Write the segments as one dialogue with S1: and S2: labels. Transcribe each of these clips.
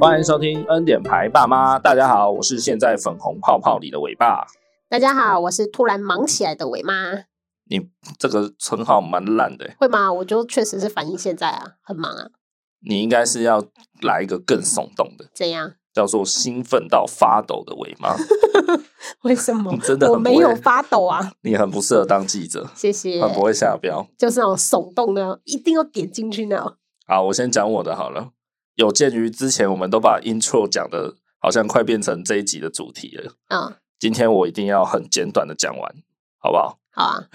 S1: 欢迎收听《恩典牌爸妈》，大家好，我是现在粉红泡泡里的伟爸。
S2: 大家好，我是突然忙起来的伟妈，
S1: 这个称号蛮烂的，
S2: 会吗？我就确实是反映现在啊，很忙啊，
S1: 你应该是要来一个更耸动的，
S2: 怎样？
S1: 叫做兴奋到发抖的伟妈。
S2: 为什么
S1: 真的很
S2: 我没有发抖 啊？
S1: 你很不适合当记者，
S2: 谢谢，
S1: 很不会下标。
S2: 就是那种耸动的，一定要点进去那种。
S1: 好，我先讲我的好了。有鉴于之前我们都把 intro 讲的，好像快变成这一集的主题了，
S2: 嗯，
S1: 今天我一定要很简短的讲完，好不好？
S2: 好啊，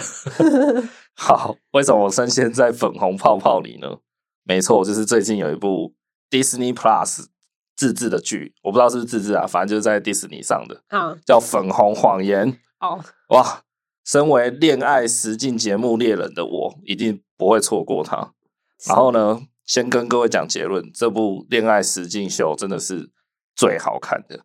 S1: 好，为什么我深陷在粉红泡泡里呢？没错，就是最近有一部 Disney Plus 自制的剧，我不知道是不是自制啊，反正就是在 Disney 上的，
S2: 啊，
S1: 叫《粉红谎言》。
S2: 哦，
S1: 哇，身为恋爱实境节目猎人的我，一定不会错过它。然后呢，先跟各位讲结论，这部恋爱实境秀真的是最好看的，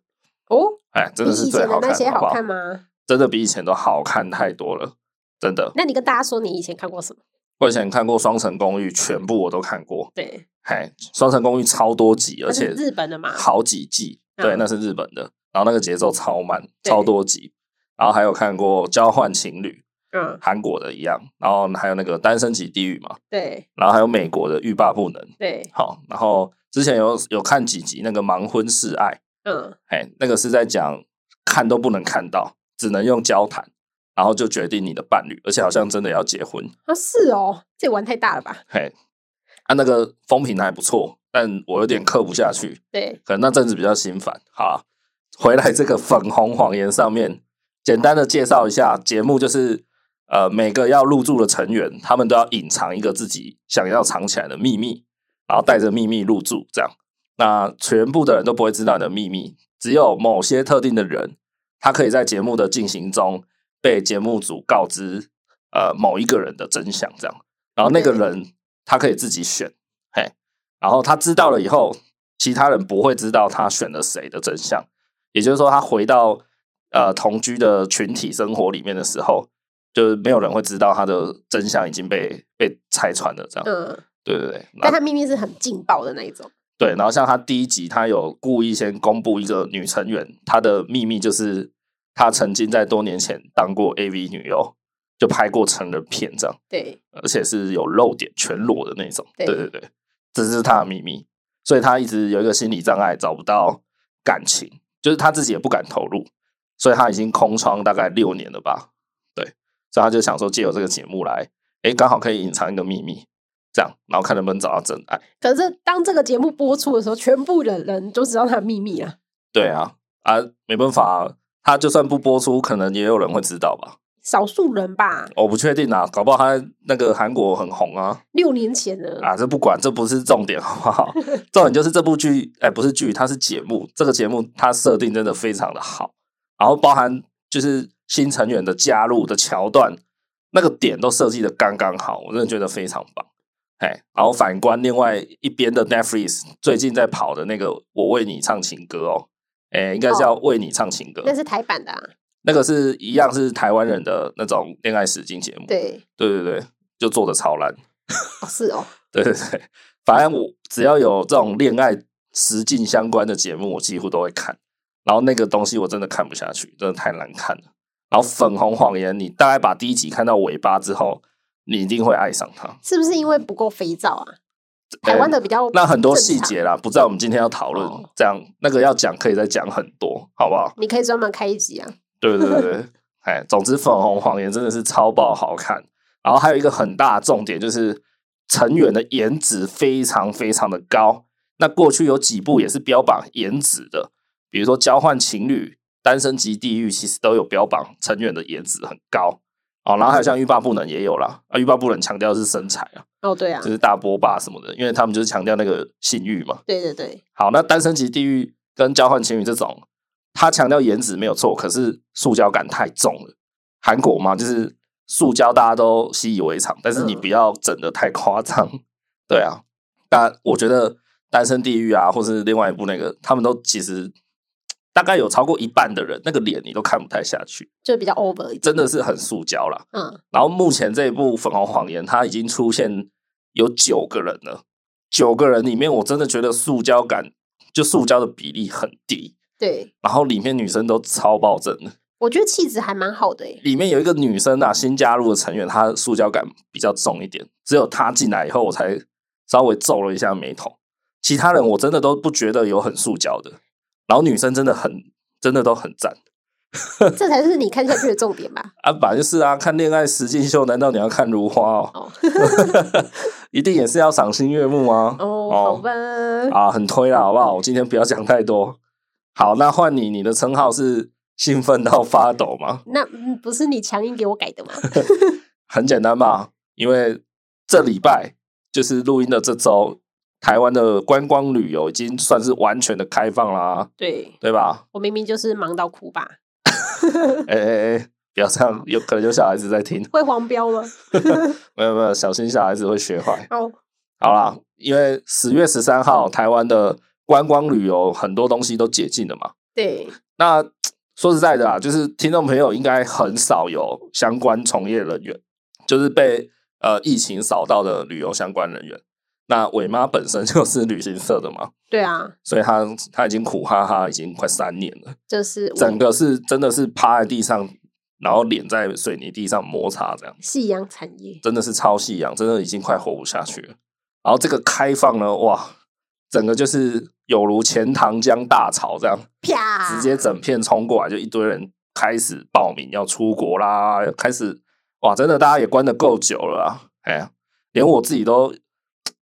S2: 哦，
S1: 哎，真
S2: 比
S1: 的是
S2: 以
S1: 最
S2: 前的
S1: 好看，
S2: 那些
S1: 好不
S2: 好
S1: 好
S2: 看？吗？
S1: 真的比以前都好看太多了，真的。
S2: 那你跟大家说你以前看过什么？
S1: 我以前看过《双城公寓》，全部我都看过。
S2: 对，
S1: 嘿，《双城公寓》超多集，而
S2: 它是
S1: 且
S2: 日本的嘛
S1: 好几季。
S2: 嗯
S1: 对，那是日本的。然后那个节奏超慢，
S2: 对
S1: 超多集。然后还有看过《交换情侣》，
S2: 嗯，
S1: 韩国的一样。然后还有那个《单身级地狱》嘛，
S2: 对
S1: 然后还有美国的《欲罢不能》。
S2: 对，
S1: 好，然后之前有有看几集那个《盲婚试爱》，
S2: 嗯，
S1: 哎，那个是在讲看都不能看到，只能用交谈，然后就决定你的伴侣，而且好像真的要结婚。
S2: 啊是哦，这玩太大了吧？
S1: 嘿，啊，那个风评还不错，但我有点刻不下去，
S2: 对，
S1: 可能那阵子比较心烦。好啊、回来这个粉红谎言上面，简单的介绍一下，节目就是呃，每个要入住的成员，他们都要隐藏一个自己想要藏起来的秘密，然后带着秘密入住，这样，那全部的人都不会知道你的秘密，只有某些特定的人，他可以在节目的进行中被节目组告知，呃，某一个人的真相，这样，然后那个人他可以自己选，嘿，然后他知道了以后，其他人不会知道他选了谁的真相，也就是说，他回到呃同居的群体生活里面的时候，就是没有人会知道他的真相已经被被拆穿了，这样，
S2: 嗯，
S1: 对对对，
S2: 但它秘密是很劲爆的那一种。
S1: 对，然后像他第一集，他有故意先公布一个女成员，她的秘密就是她曾经在多年前当过 AV 女优，就拍过成人片这样，
S2: 对，
S1: 而且是有露点、全裸的那种。
S2: 对
S1: 对对对，这是她的秘密，所以她一直有一个心理障碍，找不到感情，就是她自己也不敢投入，所以她已经空窗大概六年了吧？对，所以她就想说借由这个节目来，诶，刚好可以隐藏一个秘密，这样，然后看能不能找到真爱。
S2: 可是当这个节目播出的时候，全部的人都知道它的秘密啊。
S1: 对啊，啊，没办法、啊，他就算不播出，可能也有人会知道吧。
S2: 少数人吧，
S1: 我不确定啊，搞不好他那个韩国很红啊。
S2: 六年前呢，
S1: 啊，这不管，这不是重点，好不好？ 重点就是这部剧，哎、不是剧，它是节目。这个节目它设定真的非常的好，然后包含就是新成员的加入的桥段，那个点都设计的刚刚好，我真的觉得非常棒。哎，然后反观另外一边的 Netflix 最近在跑的那个《我为你唱情歌》哦，哎，应该叫《为你唱情歌》
S2: 那是台版的啊。
S1: 那个是一样是台湾人的那种恋爱实境节目，
S2: 对，
S1: 对对对，就做的超烂，
S2: 哦是哦，
S1: 对对对，反正我只要有这种恋爱实境相关的节目，我几乎都会看。然后那个东西我真的看不下去，真的太难看了。然后《粉红谎言》，你大概把第一集看到尾巴之后，你一定会爱上它。
S2: 是不是因为不够肥皂啊？台湾的比较
S1: 哎那很多
S2: 正常
S1: 细，节啦，不知道我们今天要讨论，
S2: 哦
S1: 这样那个要讲可以再讲很多，好不好？
S2: 你可以专门开一集啊。
S1: 对对对对，哎，总之《粉红谎言》真的是超爆好看。然后还有一个很大的重点就是成员的颜值非常非常的高。那过去有几部也是标榜颜值的，比如说《交换情侣》《单身级地狱》，其实都有标榜成员的颜值很高。哦，然后还有像欲罢不能也有啦，啊，欲罢不能强调的是身材啊，
S2: 哦，对啊
S1: 就，是大波霸什么的，因为他们就是强调那个性欲嘛。
S2: 对对对，
S1: 好，那单身级地狱跟交换情侣这种，它强调颜值没有错，可是塑胶感太重了。韩国嘛，就是塑胶大家都习以为常，但是你
S2: 嗯
S1: 不要整的太夸张。对啊，但我觉得《单身地狱》啊，或是另外一部那个，他们都其实大概有超过一半的人，那个脸你都看不太下去，
S2: 就比较 over 一点。
S1: 真的是很塑胶啦。
S2: 嗯，
S1: 然后目前这一部《粉红谎言》，它已经出现有九个人了，九个人里面，我真的觉得塑胶感就塑胶的比例很低，
S2: 对，
S1: 然后里面女生都超暴增的。
S2: 我觉得气质还蛮好的欸 诶、
S1: 里面有一个女生啊，新加入的成员，她塑胶感比较重一点，只有她进来以后，我才稍微皱了一下眉头。其他人我真的都不觉得有很塑胶的，然后女生真的很真的都很赞
S2: 这才是你看下去的重点吧？
S1: 啊，本来就是啊，看恋爱实境秀，难道你要看如花哦？
S2: 哦
S1: 一定也是要赏心悦目啊！
S2: 哦，好吧，
S1: 啊，很推了，好不好？我今天不要讲太多。好，那换你，你的称号是兴奋到发抖吗？
S2: 那、嗯、不是你强硬给我改的吗？
S1: 很简单吧，因为这礼拜就是录音的这周，台湾的观光旅游已经算是完全的开放啦，
S2: 对
S1: 对 吧？
S2: 我明明就是忙到哭吧？
S1: 哎哎哎，不要这样，有可能有小孩子在听，
S2: 会黄标吗？
S1: 没有没有，小心小孩子会学坏。
S2: 哦，
S1: 好啦，因为十月十三号台湾的观光旅游很多东西都解禁了嘛。
S2: 对，
S1: 那说实在的啊，就是听众朋友应该很少有相关从业人员，就是被呃疫情扫到的旅游相关人员。那伟妈本身 就是旅行社的嘛，
S2: 对啊，
S1: 所以她她已经苦哈哈已经快三年了，
S2: 就是
S1: 整个是真的是趴在地上，然后脸在水泥地上摩擦这样。
S2: 夕阳产业，
S1: 真的是超夕阳，真的已经快活不下去了。然后这个开放呢，哇，整个就是有如钱塘江大潮这样，
S2: 啪，
S1: 直接整片冲过来，就一堆人开始报名要出国啦，开始哇，真的大家也关的够久了啊，哎呀，连我自己都，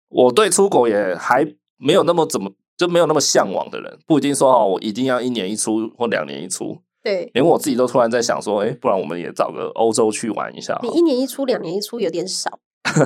S1: 我对出国也还没有那么怎么就没有那么向往的人，不一定说哦，我一定要一年一出或两年一出，
S2: 对。
S1: 连我自己都突然在想说，哎，不然我们也找个欧洲去玩一下好了，
S2: 你一年一出，两年一出有点 少，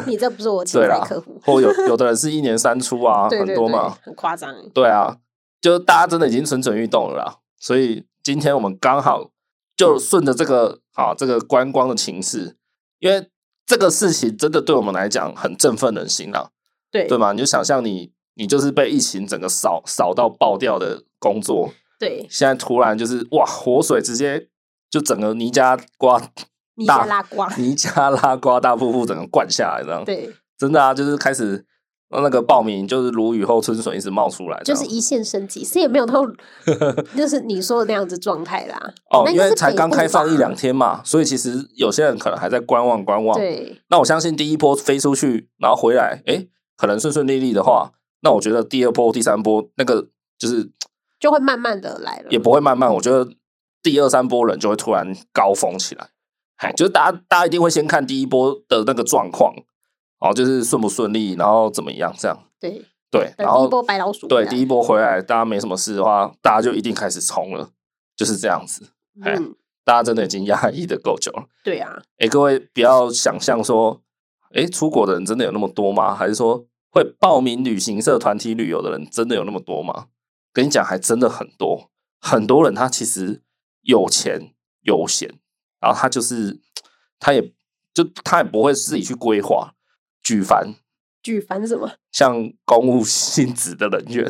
S2: 你这不是我潜
S1: 对
S2: 在
S1: 啦
S2: 客户，
S1: 或有有的人是一年三出啊，
S2: 对对
S1: 很多
S2: 对
S1: 嘛，，
S2: 很夸张。
S1: 对啊，就大家真的已经蠢蠢欲动了啦。所以今天我们刚好
S2: 嗯
S1: 就顺着这个啊这个观光的情势，因为这个事情真的对我们来讲很振奋人心啦，
S2: 对
S1: 对吗？你就想象你你就是被疫情整个扫扫到爆掉的工作，
S2: 对，
S1: 现在突然就是哇活水直接就整个尼加瓜
S2: 尼
S1: 大
S2: 加拉瓜，
S1: 尼加拉瓜大瀑布整个灌下来这样，
S2: 对，
S1: 真的啊，就是开始那个报名就是如雨后春笋一直冒出来这
S2: 就
S1: 样，
S2: 是一线生机，是也没 有到，就是你说的那样子状态啦。
S1: 哦
S2: 那，应
S1: 因
S2: 该
S1: 为
S2: 是
S1: 才
S2: 北
S1: 刚
S2: 部
S1: 开放
S2: 吧
S1: 一两天嘛，所以其实有些人可能还在观望观望。
S2: 对
S1: 那我相信第一波飞出去，然后回来，诶，可能顺顺利利的话，那我觉得第二波、第三波那个就是
S2: 就会慢慢的来了，
S1: 也不会慢慢，我觉得第二三波人就会突然高峰起来。哎，就是大家大家一定会先看第一波的那个状况，哦，就是顺不顺利，然后怎么样这样。
S2: 对。
S1: 对，然
S2: 等第
S1: 后
S2: 一波白老鼠回
S1: 对，
S2: 来
S1: 第一波回来，大家没什么事的话，大家就一定开始冲了，就是这样子。哎
S2: 嗯，
S1: 大家真的已经压抑的够久了。
S2: 对啊，
S1: 哎，各位不要想象说，哎，出国的人真的有那么多吗？还是说会报名旅行社团体旅游的人真的有那么多吗？跟你讲，还真的很多，很多人他其实有钱有闲，然后他就是他也就他也不会自己去规划，举凡
S2: 举凡什么？
S1: 像公务性质的人员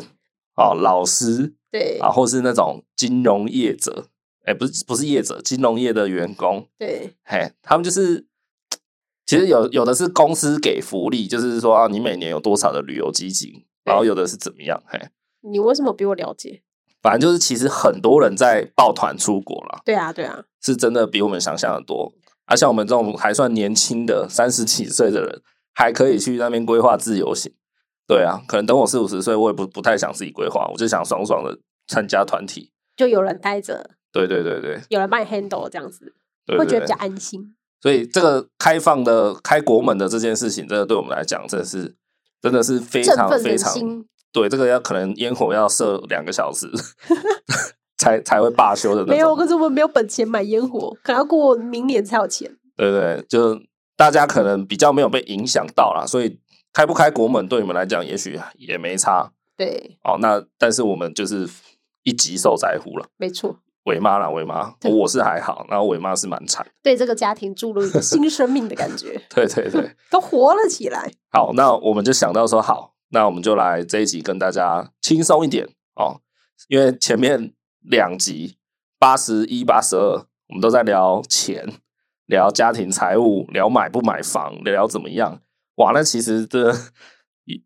S1: 啊、老师
S2: 对
S1: 啊，或是那种金融业者，哎，不是不是业者，金融业的员工，
S2: 对
S1: 嘿，他们就是，其实有有的是公司给福利，就是说啊，你每年有多少的旅游基金，然后有的是怎么样，嘿，
S2: 你为什么比我了解？
S1: 反正就是其实很多人在抱团出国啦，
S2: 对啊，对啊，
S1: 是真的比我们想象的多。啊，像我们这种还算年轻的三十几岁的人，还可以去那边规划自由行。对啊，可能等我四五十岁，我也不不太想自己规划，我就想爽爽的参加团体。
S2: 就有人待着，
S1: 对对对对，
S2: 有人帮你 handle 这样子，
S1: 对
S2: 会觉得比
S1: 对
S2: 较安心。
S1: 所以这个开放的开国门的这件事情，真的对我们来讲，真的是真的是非
S2: 振
S1: 常
S2: 奋
S1: 非
S2: 人
S1: 常
S2: 心，
S1: 对这个要可能烟火要射两个小 时才才会罢休的那
S2: 没有，
S1: 种。
S2: 可是我们没有本钱买烟火，可能要过明年才有钱。
S1: 对对，就大家可能比较没有被影响到啦，所以开不开国门对你们来讲，也许也没差
S2: 对，
S1: 哦。那但是我们就是一级受灾户了，
S2: 没错，
S1: 伟妈啦，伟妈，
S2: 对
S1: 我是还好，然后伟妈是蛮惨。
S2: 对这个家庭注入一个新生命的感觉，
S1: 对对对，
S2: 都活了起来。
S1: 好，那我们就想到说，好，那我们就来这一集跟大家轻松一点哦，因为前面两集八十一、八十二，我们都在聊钱、聊家庭财务、聊买不买房、聊怎么样，哇，那其实这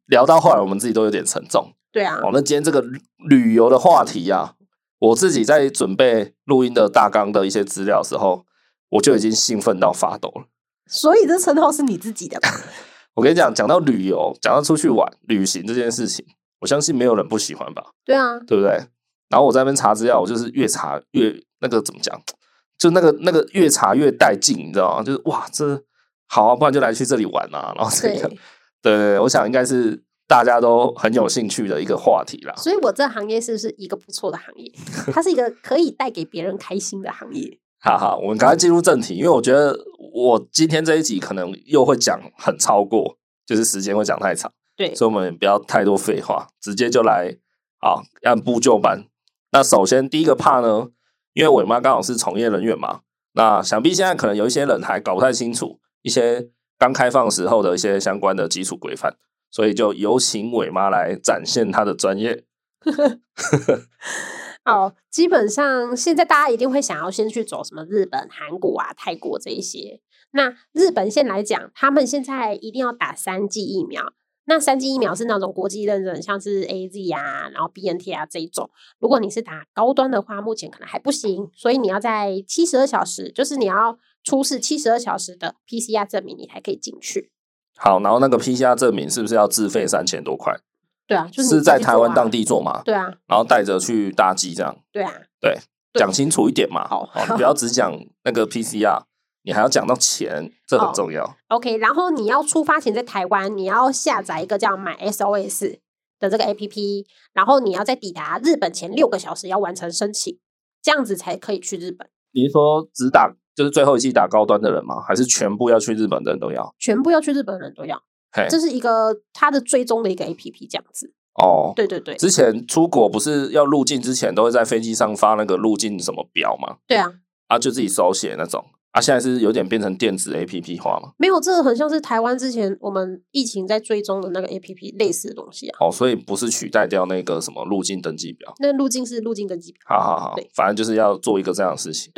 S1: 聊到后来，我们自己都有点沉重。
S2: 对啊，
S1: 哦，那今天这个旅旅游的话题啊，我自己在准备录音的大纲的一些资料的时候，我就已经兴奋到发抖了。
S2: 所以这称号是你自己的吧？
S1: 我跟你讲，讲到旅游，讲到出去玩、旅行这件事情，我相信没有人不喜欢吧，
S2: 对 啊，
S1: 对不对？然后我在那边查资料，我就是越查越那个怎么讲，就那个那个越查越带劲，你知道吗？就是哇，这好啊，不然就来去这里玩啊，然后这个，
S2: 对，
S1: 对对对，我想应该是大家都很有兴趣的一个话题啦。
S2: 所以我这行业是不是一个不错的行业？它是一个可以带给别人开心的行业。
S1: 哈哈，我们赶快进入正题，因为我觉得我今天这一集可能又会讲很超过，就是时间会讲太长，
S2: 对，
S1: 所以我们也不要太多废话，直接就来好按部就班。那首先第一个怕呢，因为伟妈刚好是从业人员嘛，那想必现在可能有一些人还搞不太清楚一些刚开放时候的一些相关的基础规范，所以就有请伟妈来展现她的专业。
S2: 哦，基本上现在大家一定会想要先去走什么日本、韩国啊、泰国这一些。那日本先来讲，他们现在一定要打三剂疫苗。那三剂疫苗是那种国际认证，像是 A Z 啊，然后 B N T 啊这一种。如果你是打高端的话，目前可能还不行，所以你要在七十二小时，就是你要出示七十二小时的 P C R 证明，你才可以进去。
S1: 好，然后那个 PCR 证明是不是要自费三千多块？
S2: 对啊，就是是
S1: 在台湾当
S2: 地。
S1: 地做嘛？
S2: 对啊，
S1: 然后带着去搭机，这样
S2: 对啊，对
S1: 讲清楚一点嘛。
S2: 好
S1: 哦，你不要只讲那个 PCR，你还要讲到钱，这很重要。
S2: OK，然后你要出发前在台湾，你要下载一个叫买 SOS 的这个 APP，然后你要在抵达日本前六个小时要完成申请，这样子才可以去日本。
S1: 你是说只打就是最后一季打高端的人吗？还是全部要去日本的人都要？
S2: 全部要去日本的人都要，
S1: 嘿，
S2: 这是一个它的追踪的一个 APP，这样子。
S1: 哦，
S2: 对对对，
S1: 之前出国不是要入境之前都会在飞机上发那个入境什么表嘛？
S2: 对啊，
S1: 啊，就自己手写那种。啊，现在是有点变成电子 A P P 化嘛？
S2: 没有，这个很像是台湾之前我们疫情在追踪的那个 APP 类似的东西啊。
S1: 哦，所以不是取代掉那个什么入境登记表。
S2: 那路径是路径跟机票。
S1: 好好好
S2: 对，
S1: 反正就是要做一个这样的事情。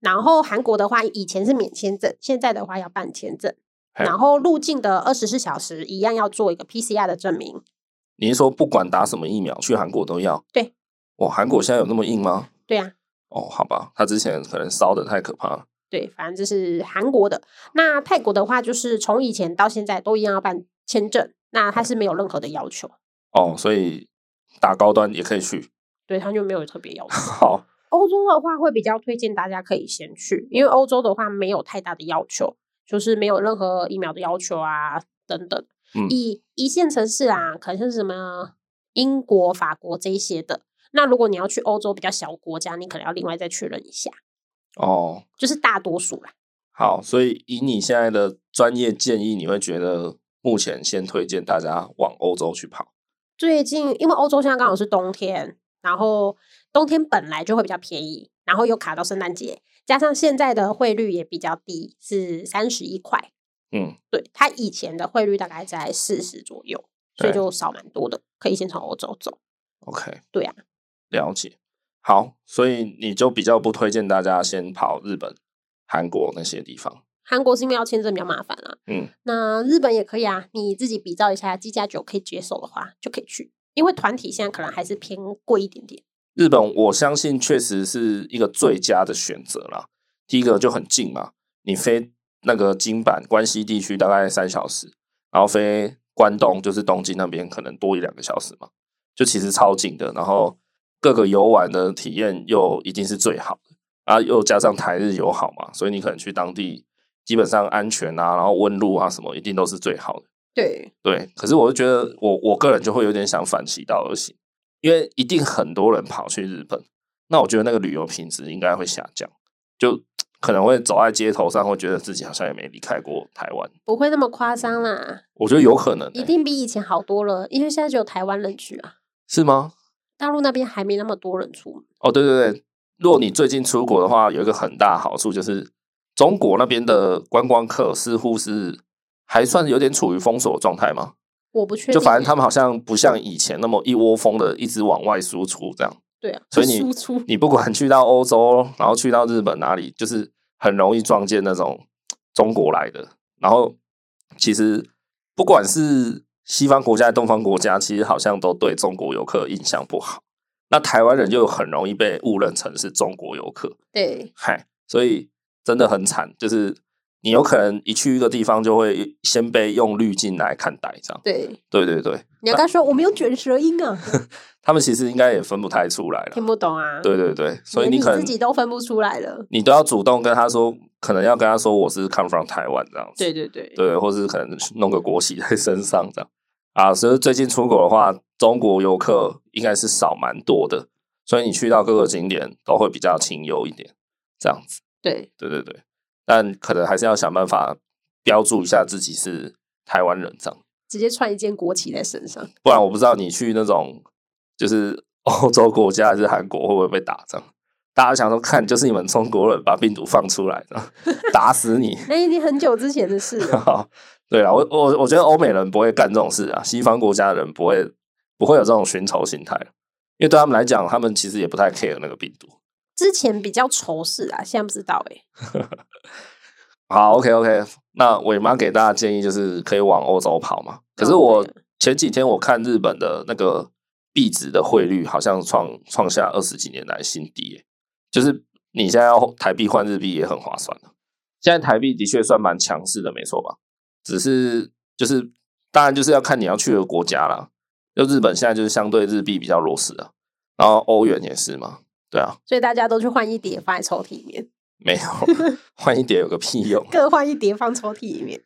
S2: 然后韩国的话，以前是免签证，现在的话要办签证。
S1: 嘿
S2: 然后入境的二十四小时一样要做一个 PCR 的证明。
S1: 你是说不管打什么疫苗，去韩国都要？
S2: 对。
S1: 哇，韩国现在有那么硬吗？
S2: 对啊，
S1: 哦，好吧，他之前可能烧的太可怕了。
S2: 对，反正这是韩国的。那泰国的话，就是从以前到现在都一样要办签证，那它是没有任何的要求，
S1: 哦，所以打高端也可以去。
S2: 对，它就没有特别要求。
S1: 好，
S2: 欧洲的话会比较推荐大家可以先去，因为欧洲的话没有太大的要求，就是没有任何疫苗的要求啊等等。
S1: 嗯
S2: 以一线城市啊，可能是什么英国、法国这一些的。那如果你要去欧洲比较小国家，你可能要另外再确认一下，
S1: 哦，
S2: 就是大多数啦。
S1: 好，所以以你现在的专业建议，你会觉得目前先推荐大家往欧洲去跑。
S2: 最近因为欧洲现在刚好是冬天，然后冬天本来就会比较便宜，然后又卡到圣诞节，加上现在的汇率也比较低，是三十一块。
S1: 嗯，
S2: 对，它以前的汇率大概在四十左右，所以
S1: 对
S2: 就少蛮多的，可以先从欧洲走。
S1: OK，
S2: 对啊，
S1: 了解。好，所以你就比较不推荐大家先跑日本、韩国那些地方。
S2: 韩国是因为要签证比较麻烦啊，
S1: 嗯，
S2: 那日本也可以啊，你自己比照一下，机加酒可以接受的话就可以去，因为团体现在可能还是偏贵一点点。
S1: 日本，我相信确实是一个最佳的选择啦。第一个就很近嘛，你飞那个京阪关西地区大概三小时，然后飞关东就是东京那边可能多一两个小时嘛，就其实超近的。然后各个游玩的体验又一定是最好的啊，又加上台日友好嘛，所以你可能去当地基本上安全啊，然后温度啊什么一定都是最好的。
S2: 对，
S1: 对，可是我就觉得我我个人就会有点想反其道而行，因为一定很多人跑去日本，那我觉得那个旅游品质应该会下降，就可能会走在街头上，会觉得自己好像也没离开过台湾。
S2: 不会那么夸张啦，
S1: 我觉得有可能、
S2: 一
S1: 欸，
S2: 定比以前好多了，因为现在只有台湾人去啊。
S1: 是吗？
S2: 大陆那边还没那么多人出门。
S1: 哦，对对对，如果你最近出国的话，有一个很大好处就是，中国那边的观光客似乎是还算有点处于封锁状态嘛，
S2: 我不确定耶，
S1: 就反正他们好像不像以前那么一窝蜂的一直往外输出这样。
S2: 对啊，
S1: 所以你
S2: 输出
S1: 你不管去到欧洲，然后去到日本哪里，就是很容易撞见那种中国来的。然后其实不管是西方国家、东方国家其实好像都对中国游客印象不好。那台湾人就很容易被误认成是中国游客，
S2: 对，
S1: 嗨，所以真的很惨。就是你有可能一去一个地方，就会先被用滤镜来看待，这样。
S2: 对，
S1: 对对对，
S2: 你要跟他说我没有卷舌音啊，
S1: 他们其实应该也分不太出来了
S2: 听。不懂啊，
S1: 对对对，所以
S2: 连
S1: 你
S2: 你
S1: 可能
S2: 自己都分不出来了。
S1: 你都要主动跟他说，可能要跟他说我是 come from 台湾这样子。
S2: 对对对，
S1: 对，或是可能弄个国旗在身上这样啊。所以最近出国的话，中国游客应该是少蛮多的，所以你去到各个景点都会比较清幽一点，这样子。
S2: 对
S1: 对对对，但可能还是要想办法标注一下自己是台湾人这样，
S2: 直接穿一件国旗在身上，
S1: 不然我不知道你去那种就是 欧洲国家还是韩国会不会被打这样。大家想说，看就是你们中国人把病毒放出来的，打死你！
S2: 那已经很久之前的事了。
S1: 对啊，我我我觉得欧美人不会干这种事啊，西方国家的人不会不会有这种寻仇心态，因为对他们来讲，他们其实也不太 care 那个病毒。
S2: 之前比较仇视啊，现在不知道哎、
S1: 好，OK OK，那伟妈给大家建议就是可以往欧洲跑嘛。可是我前几天我看日本的那个币值的汇率好像创创下二十几年来新低、耶就是你现在要台币换日币也很划算了现在台币的确算蛮强势的，没错吧？只是就是当然就是要看你要去的国家啦。就日本现在就是相对日币比较弱势啊，然后欧元也是嘛，对啊，
S2: 所以大家都去换一叠放在抽屉里面，
S1: 没有换一点有个屁用。
S2: 各换一叠放抽屉里面。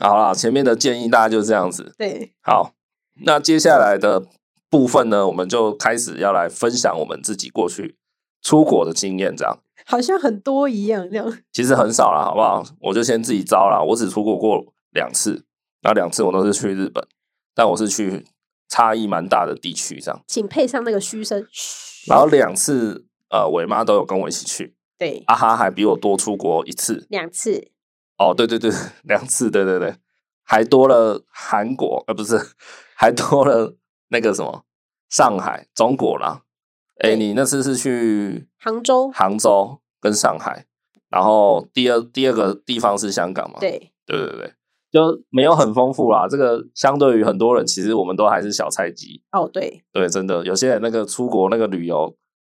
S1: 好啦，前面的建议大家就这样子。
S2: 对，
S1: 好，那接下来的部分呢，我们就开始要来分享我们自己过去出国的经验，这样
S2: 好像很多一样那样。
S1: 其实很少啦，好不好？我就先自己招啦，我只出国过两次，那两次我都是去日本，但我是去差异蛮大的地区这样，
S2: 请配上那个嘘声，嘘。
S1: 然后两次呃，伟妈都有跟我一起去，
S2: 对，
S1: 阿哈还比我多出国一次，
S2: 两次
S1: 哦，对对对， 两次，对对对，还多了韩国，呃，不是，还多了那个什么上海，中国啦。哎，
S2: 对
S1: 你那次是去
S2: 杭州，
S1: 杭州跟上海，然后第二第二个地方是香港嘛？
S2: 对
S1: 对对对，就没有很丰富啦。这个相对于很多人，其实我们都还是小菜鸡。
S2: 哦对，
S1: 对，真的，有些人那个出国那个旅游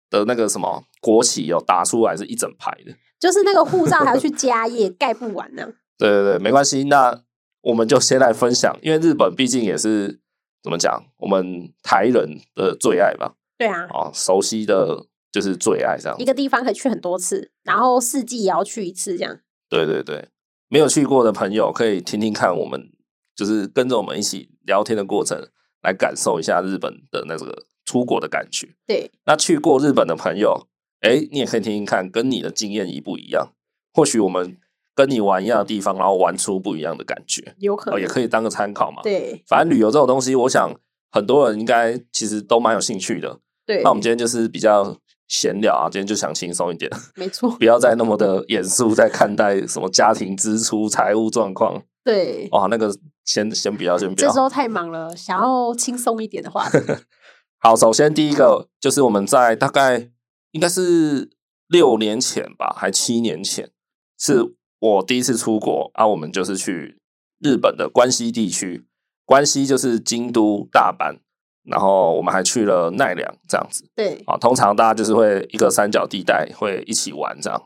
S1: 的那个什么国旗有打出来是一整排的。
S2: 就是那个护照还要去 加页，盖不完呢、
S1: 对对对，没关系。那我们就先来分享，因为日本毕竟也是怎么讲，我们台人的最爱吧，
S2: 对啊，
S1: 啊、熟悉的就是最爱这样
S2: 一。个地方可以去很多次，然后四季也要去一次，这样
S1: 对对对，没有去过的朋友可以听听看，我们就是跟着我们一起聊天的过程，来感受一下日本的那个出国的感觉。
S2: 对
S1: 那去过日本的朋友，哎，你也可以听听看，跟你的经验一不一样？或许我们跟你玩一样的地方，然后玩出不一样的感觉，
S2: 有可
S1: 哦，
S2: 能
S1: 也可以当哦个参考嘛。
S2: 对
S1: 反正旅游这种东西，我想很多人应该其实都蛮有兴趣的。
S2: 对，
S1: 那我们今天就是比较闲聊啊，今天就想轻松一点，
S2: 没错，
S1: 不要再那么的严肃在看待什么家庭支出、财务状况
S2: 对，
S1: 哦，那个先先不要，先不
S2: 这
S1: 要
S2: 时。候太忙了，想要轻松一点 的话，
S1: 好，首先第一个就是我们在大概应该是六年前吧，还七年前，是我第一次出国啊，我们就是去日本的关西地区，关西就是京都、大阪，然后我们还去了奈良这样子
S2: 对
S1: 啊。通常大家就是会一个三角地带会一起玩这样。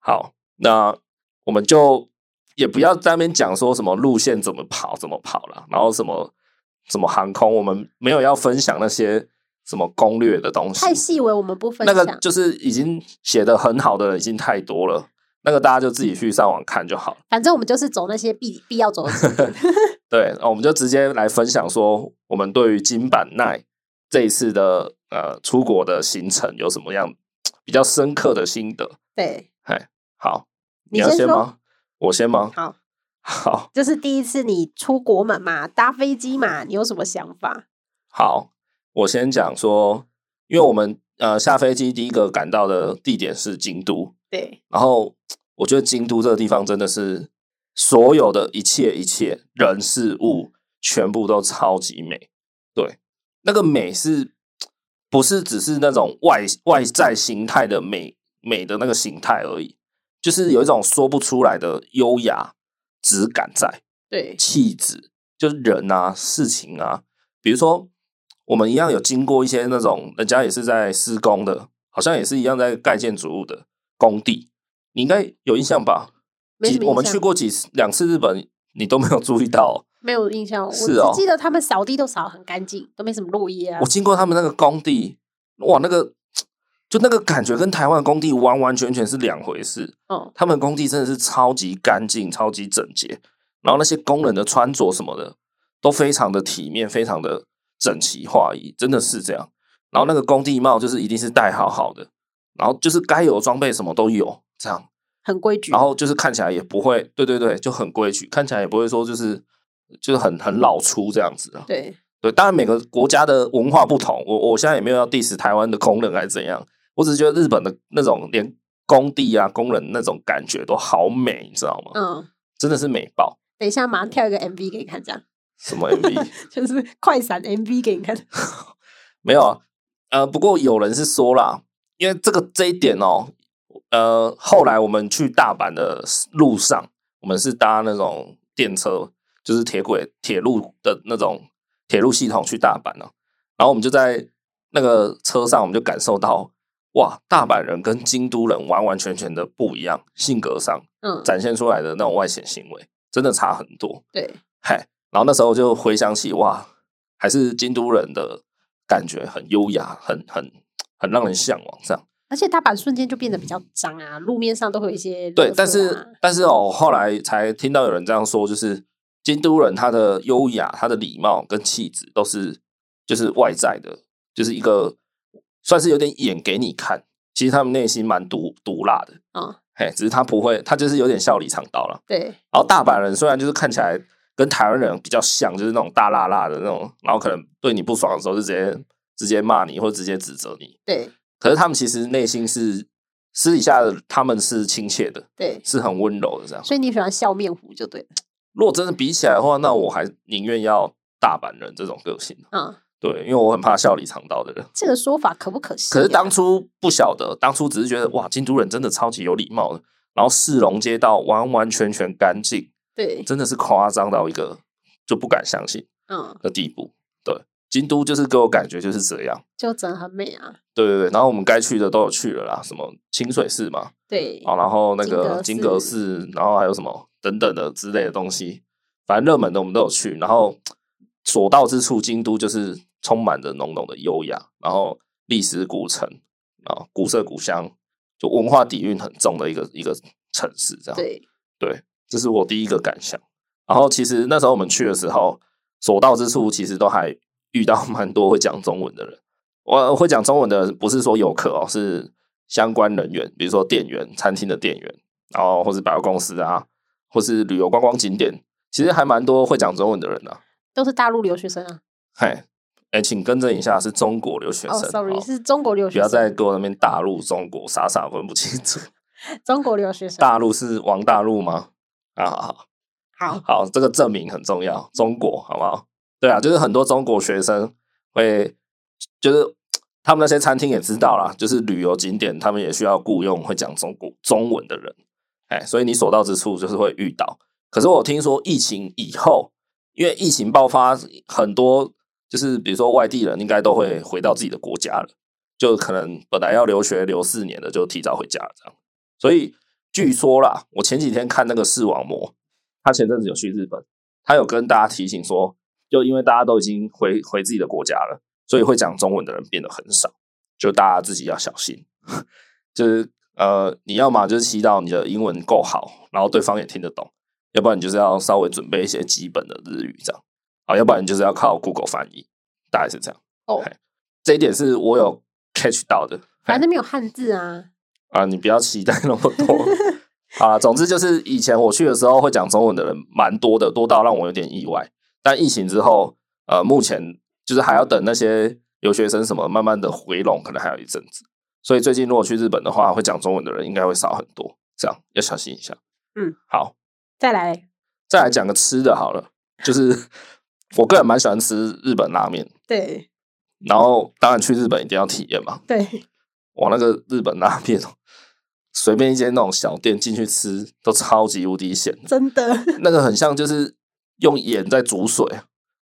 S1: 好，那我们就也不要在那边讲说什么路线怎么跑怎么跑了，然后什么什么航空，我们没有要分享那些什么攻略的东西，
S2: 太细微我们不分
S1: 那
S2: 享，
S1: 个就是已经写的很好的人已经太多了，那个大家就自己去上网看就好了。
S2: 反正我们就是走那些必必要走的 景点
S1: 对，那我们就直接来分享说，我们对于金板奈这一次的呃出国的行程有什么样比较深刻的心得？
S2: 对，
S1: 好，
S2: 你
S1: 要
S2: 先
S1: 先
S2: 说
S1: 吗？我先吗？
S2: 好，
S1: 好，
S2: 这是第一次你出国门嘛，搭飞机嘛，你有什么想法？
S1: 好，我先讲说，因为我们呃下飞机第一个赶到的地点是京都，
S2: 对
S1: 然后我觉得京都这个地方真的是所有的一切一切人事物全部都超级美，对，那个美是不是只是那种外外在形态的美美的那个形态而已，就是有一种说不出来的优雅质感在。
S2: 对
S1: 气质，就是人啊、事情啊，比如说我们一样有经过一些那种人家也是在施工的，好像也是一样在盖建筑物的工地，你应该有印象吧？
S2: 没什
S1: 几
S2: 么印
S1: 我们
S2: 象
S1: 去过几次两次日本，你都没有注意到哦、
S2: 没有印象，我
S1: 是哦
S2: 只记得他们扫地都扫得很干净，都没什么落叶啊
S1: 我。经过他们那个工地，哇，那个就那个感觉跟台湾的工地完完全全是两回事。
S2: 哦，
S1: 他们工地真的是超级干净、超级整洁，然后那些工人的穿着什么的都非常的体面、非常的整齐划一，真的是这样。然后那个工地帽就是一定是戴好好的，然后就是该有的装备什么都有，这样，
S2: 很规矩。
S1: 然后就是看起来也不会，对对对，就很规矩，看起来也不会说就是就是很很老粗这样子啊。
S2: 对，
S1: 对，当然每个国家的文化不同，我我现在也没有要 diss 台湾的工人还是怎样，我只是觉得日本的那种连工地啊工人那种感觉都好美，你知道吗？
S2: 嗯，
S1: 真的是美爆。
S2: 等一下马上跳一个 MV 给你看，这样
S1: 什么 MV
S2: 就是快闪 MV 给你看。
S1: 没有啊？呃，不过有人是说啦，因为这个这一点哦，呃，后来我们去大阪的路上，我们是搭那种电车，就是铁轨、铁路的那种铁路系统去大阪呢、然后我们就在那个车上，我们就感受到，哇，大阪人跟京都人完完全全的不一样，性格上
S2: 嗯，
S1: 展现出来的那种外显行为，真的差很多。
S2: 对，
S1: 嗨，然后那时候就回想起，哇，还是京都人的感觉很优雅，很很很让人向往这样。
S2: 而且大阪瞬间就变得比较脏啊，路面上都会有一些、啊
S1: 对，但是但是哦，后来才听到有人这样说，就是京都人他的优雅、他的礼貌跟气质都是就是外在的，就是一个算是有点演给你看，其实他们内心蛮毒毒辣的。
S2: 嗯，
S1: 嘿，只是他不会，他就是有点笑里藏刀了。
S2: 对
S1: 然后大阪人虽然就是看起来跟台湾人比较像，就是那种大辣辣的那种，然后可能对你不爽的时候就直接直接骂你或者直接指责你，
S2: 对
S1: 可是他们其实内心是私底下的他们是亲切的，
S2: 对，
S1: 是很温柔的这样。
S2: 所以你喜欢笑面虎就对了。
S1: 如果真的比起来的话，那我还宁愿要大阪人这种个性，
S2: 嗯，
S1: 对，因为我很怕笑里藏刀的人。
S2: 这个说法可不可行、啊？
S1: 可是当初不晓得，当初只是觉得哇，京都人真的超级有礼貌的，然后市容街道完完全全干净，
S2: 对，
S1: 真的是夸张到一个就不敢相信。
S2: 嗯，
S1: 的地步。对，京都就是给我感觉就是这样。
S2: 就整得很美啊。
S1: 对对对，然后我们该去的都有去了啦，什么清水寺嘛，
S2: 对，
S1: 啊，然后那个
S2: 金
S1: 金
S2: 阁
S1: 阁
S2: 寺
S1: 寺，然后还有什么等等的之类的东西，反正热门的我们都有去。然后所到之处，京都就是充满着浓浓的优雅，然后历史古城啊，古色古香，就文化底蕴很重的一个一个城市，这样。
S2: 对，
S1: 这是我第一个感想。然后其实那时候我们去的时候，所到之处其实都还遇到蛮多会讲中文的人。我会讲中文的不是说游客哦，是相关人员，比如说店员、餐厅的店员，然后或是百货公司啊，或是旅游观光景点，其实还蛮多会讲中文的人的、啊。
S2: 都是大陆留学生啊。
S1: 嘿，哎，请更正一下，是中国留学生。
S2: 哦，sorry，
S1: 哦
S2: 是中国留
S1: 不
S2: 学
S1: 要
S2: 生，
S1: 再给我那边大陆、中国傻傻分不清楚。
S2: 中国留学生。
S1: 大陆是王大陆吗？啊，好好好。
S2: 好，
S1: 好，这个证明很重要，中国好不好？对啊，就是很多中国学生会，就是他们那些餐厅也知道啦，就是旅游景点，他们也需要雇佣会讲中国中文的人，哎，所以你所到之处就是会遇到。可是我听说疫情以后，因为疫情爆发，很多就是比如说外地人应该都会回到自己的国家了，就可能本来要留学留四年的，就提早回家了这样。所以据说啦，我前几天看那个视网膜，他前阵子有去日本，他有跟大家提醒说，就因为大家都已经回回自己的国家了，所以会讲中文的人变得很少，就大家自己要小心， 就是呃，你要么就是祈祷你的英文够好，然后对方也听得懂，要不然你就是要稍微准备一些基本的日语这样啊，要不然你就是要靠 Google 翻译，大概是这样。
S2: 哦，
S1: 这一点是我有 catch 到的。
S2: 反正没有汉字啊。
S1: 啊，你不要期待那么多好啦，总之就是以前我去的时候会讲中文的人蛮多的，多到让我有点意外。但疫情之后，呃，目前就是还要等那些留学生什么慢慢的回笼，可能还有一阵子。所以最近如果去日本的话，会讲中文的人应该会少很多，这样要小心一下。
S2: 嗯，
S1: 好，
S2: 再来，
S1: 再来讲个吃的好了，就是 我个人蛮喜欢吃日本拉面，
S2: 对
S1: 然后当然去日本一定要体验嘛，
S2: 对，
S1: 我那个日本拉面哦，随便一间那种小店进去吃都超级无敌咸的，
S2: 真的，
S1: 那个很像就是用眼在煮水。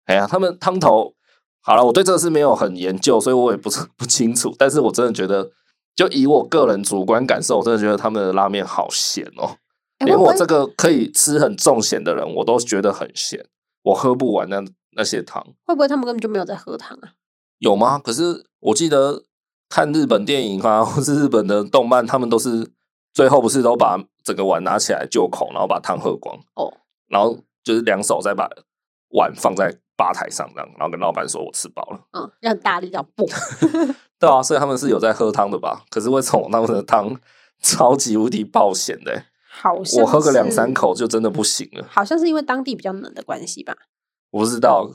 S1: 哎呀，他们汤头好了，我对这个是没有很研究，所以我也不是 不清楚。但是我真的觉得，就以我个人主观感受，我真的觉得他们的拉面好咸哦，
S2: 哎
S1: 连
S2: 会不
S1: 我
S2: 会
S1: 这个可以吃很重咸的人，我都觉得很咸，我喝不完那那些汤。
S2: 会不会他们根本就没有在喝汤啊？
S1: 有吗？可是我记得看日本电影啊， 或是日本的动漫，他们都是最后不是都把整个碗拿起来就口，然后把汤喝光，
S2: 哦，
S1: 然后就是两手再把碗放在吧台上，这样，然后跟老板说我吃饱了。
S2: 嗯，让大力 到不，
S1: 对啊，所以他们是有在喝汤的吧？可是为什么他们的汤 超级无敌爆咸的欸、
S2: 好像
S1: 我喝个两
S2: 是
S1: 三，口就真的不行了。
S2: 好像是因为当地比较冷的关系吧？
S1: 我不知
S2: 嗯
S1: 道，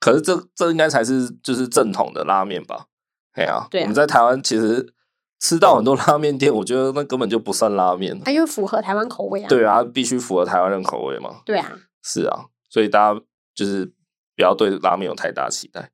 S1: 可是这这应该才是就是正统的拉面吧？哎呀、
S2: 对啊
S1: 我们在台湾其实吃到很多拉面店，我觉得那根本就不算拉面。啊
S2: 啊它因为符合台湾口味啊。
S1: 对啊，必须符合台湾人口味嘛。
S2: 对啊，
S1: 是啊，所以大家就是不要对拉面有太大期 待。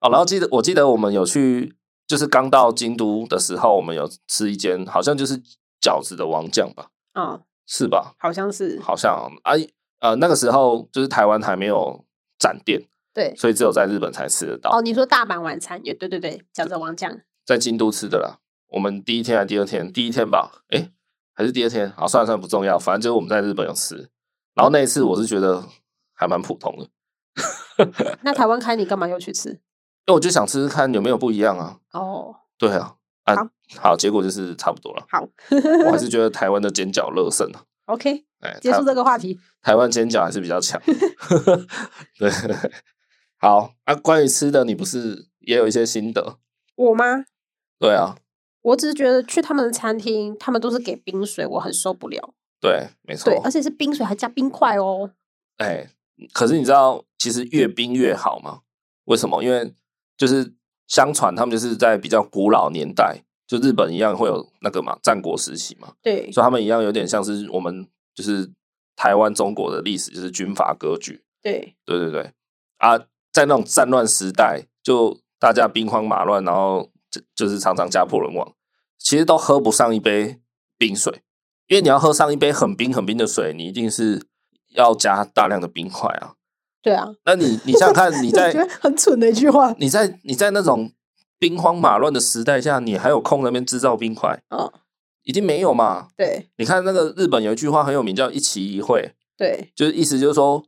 S1: 哦，然后记得我记得我们有去，就是刚到京都的时候，我们有吃一间好像就是饺子的王酱吧？
S2: 哦，
S1: 是吧？
S2: 好像是，
S1: 好像啊，呃，那个时候就是台湾还没有展店。
S2: 对。
S1: 所以只有在日本才吃得到，
S2: 哦，你说大阪晚餐也对对对，饺子王酱，
S1: 在京都吃的啦。我们第一天还是第二天？第一天吧，诶、还是第二天？好，算了算了，不重要，反正就是我们在日本有吃。然后那一次我是觉得还蛮普通的，
S2: 那台湾开你干嘛又去吃？
S1: 因为我就想吃吃看有没有不一样啊。
S2: 哦，
S1: 对啊，啊，
S2: 好
S1: 好，结果就是差不多了。
S2: 好
S1: 我还是觉得台湾的煎饺乐胜啊，
S2: ，OK，
S1: 哎、
S2: 结
S1: 台
S2: 束这个话题。
S1: 台湾煎饺还是比较 强。对，好啊，关于吃的，你不是也有一些心得？
S2: 我吗？
S1: 对啊，
S2: 我只是觉得去他们的餐厅，他们都是给冰水，我很受不了。
S1: 对，没错
S2: 对，，而且是冰水还加冰块哦。
S1: 哎、可是你知道，其实越冰越好吗？为什么？因为就是相传他们就是在比较古老年代，就日本一样会有那个嘛战国时期嘛，
S2: 对，
S1: 所以他们一样有点像是我们就是台湾中国的历史，就是军阀割据。
S2: 对，
S1: 对对对，啊，在那种战乱时代，就大家兵荒马乱，然后就就是常常家破人亡，其实都喝不上一杯冰水，因为你要喝上一杯很冰很冰的水，你一定是要加大量的冰块啊。
S2: 对啊。
S1: 那你你想想看，你
S2: 我觉得
S1: 在
S2: 很蠢的一句话。
S1: 你在你在那种兵荒马乱的时代下，你还有空那边制造冰块？
S2: 哦，
S1: 一定没有嘛！
S2: 对
S1: 你看那个日本有一句话很有名，叫“一期一会”，
S2: 对
S1: 就是意思就是说，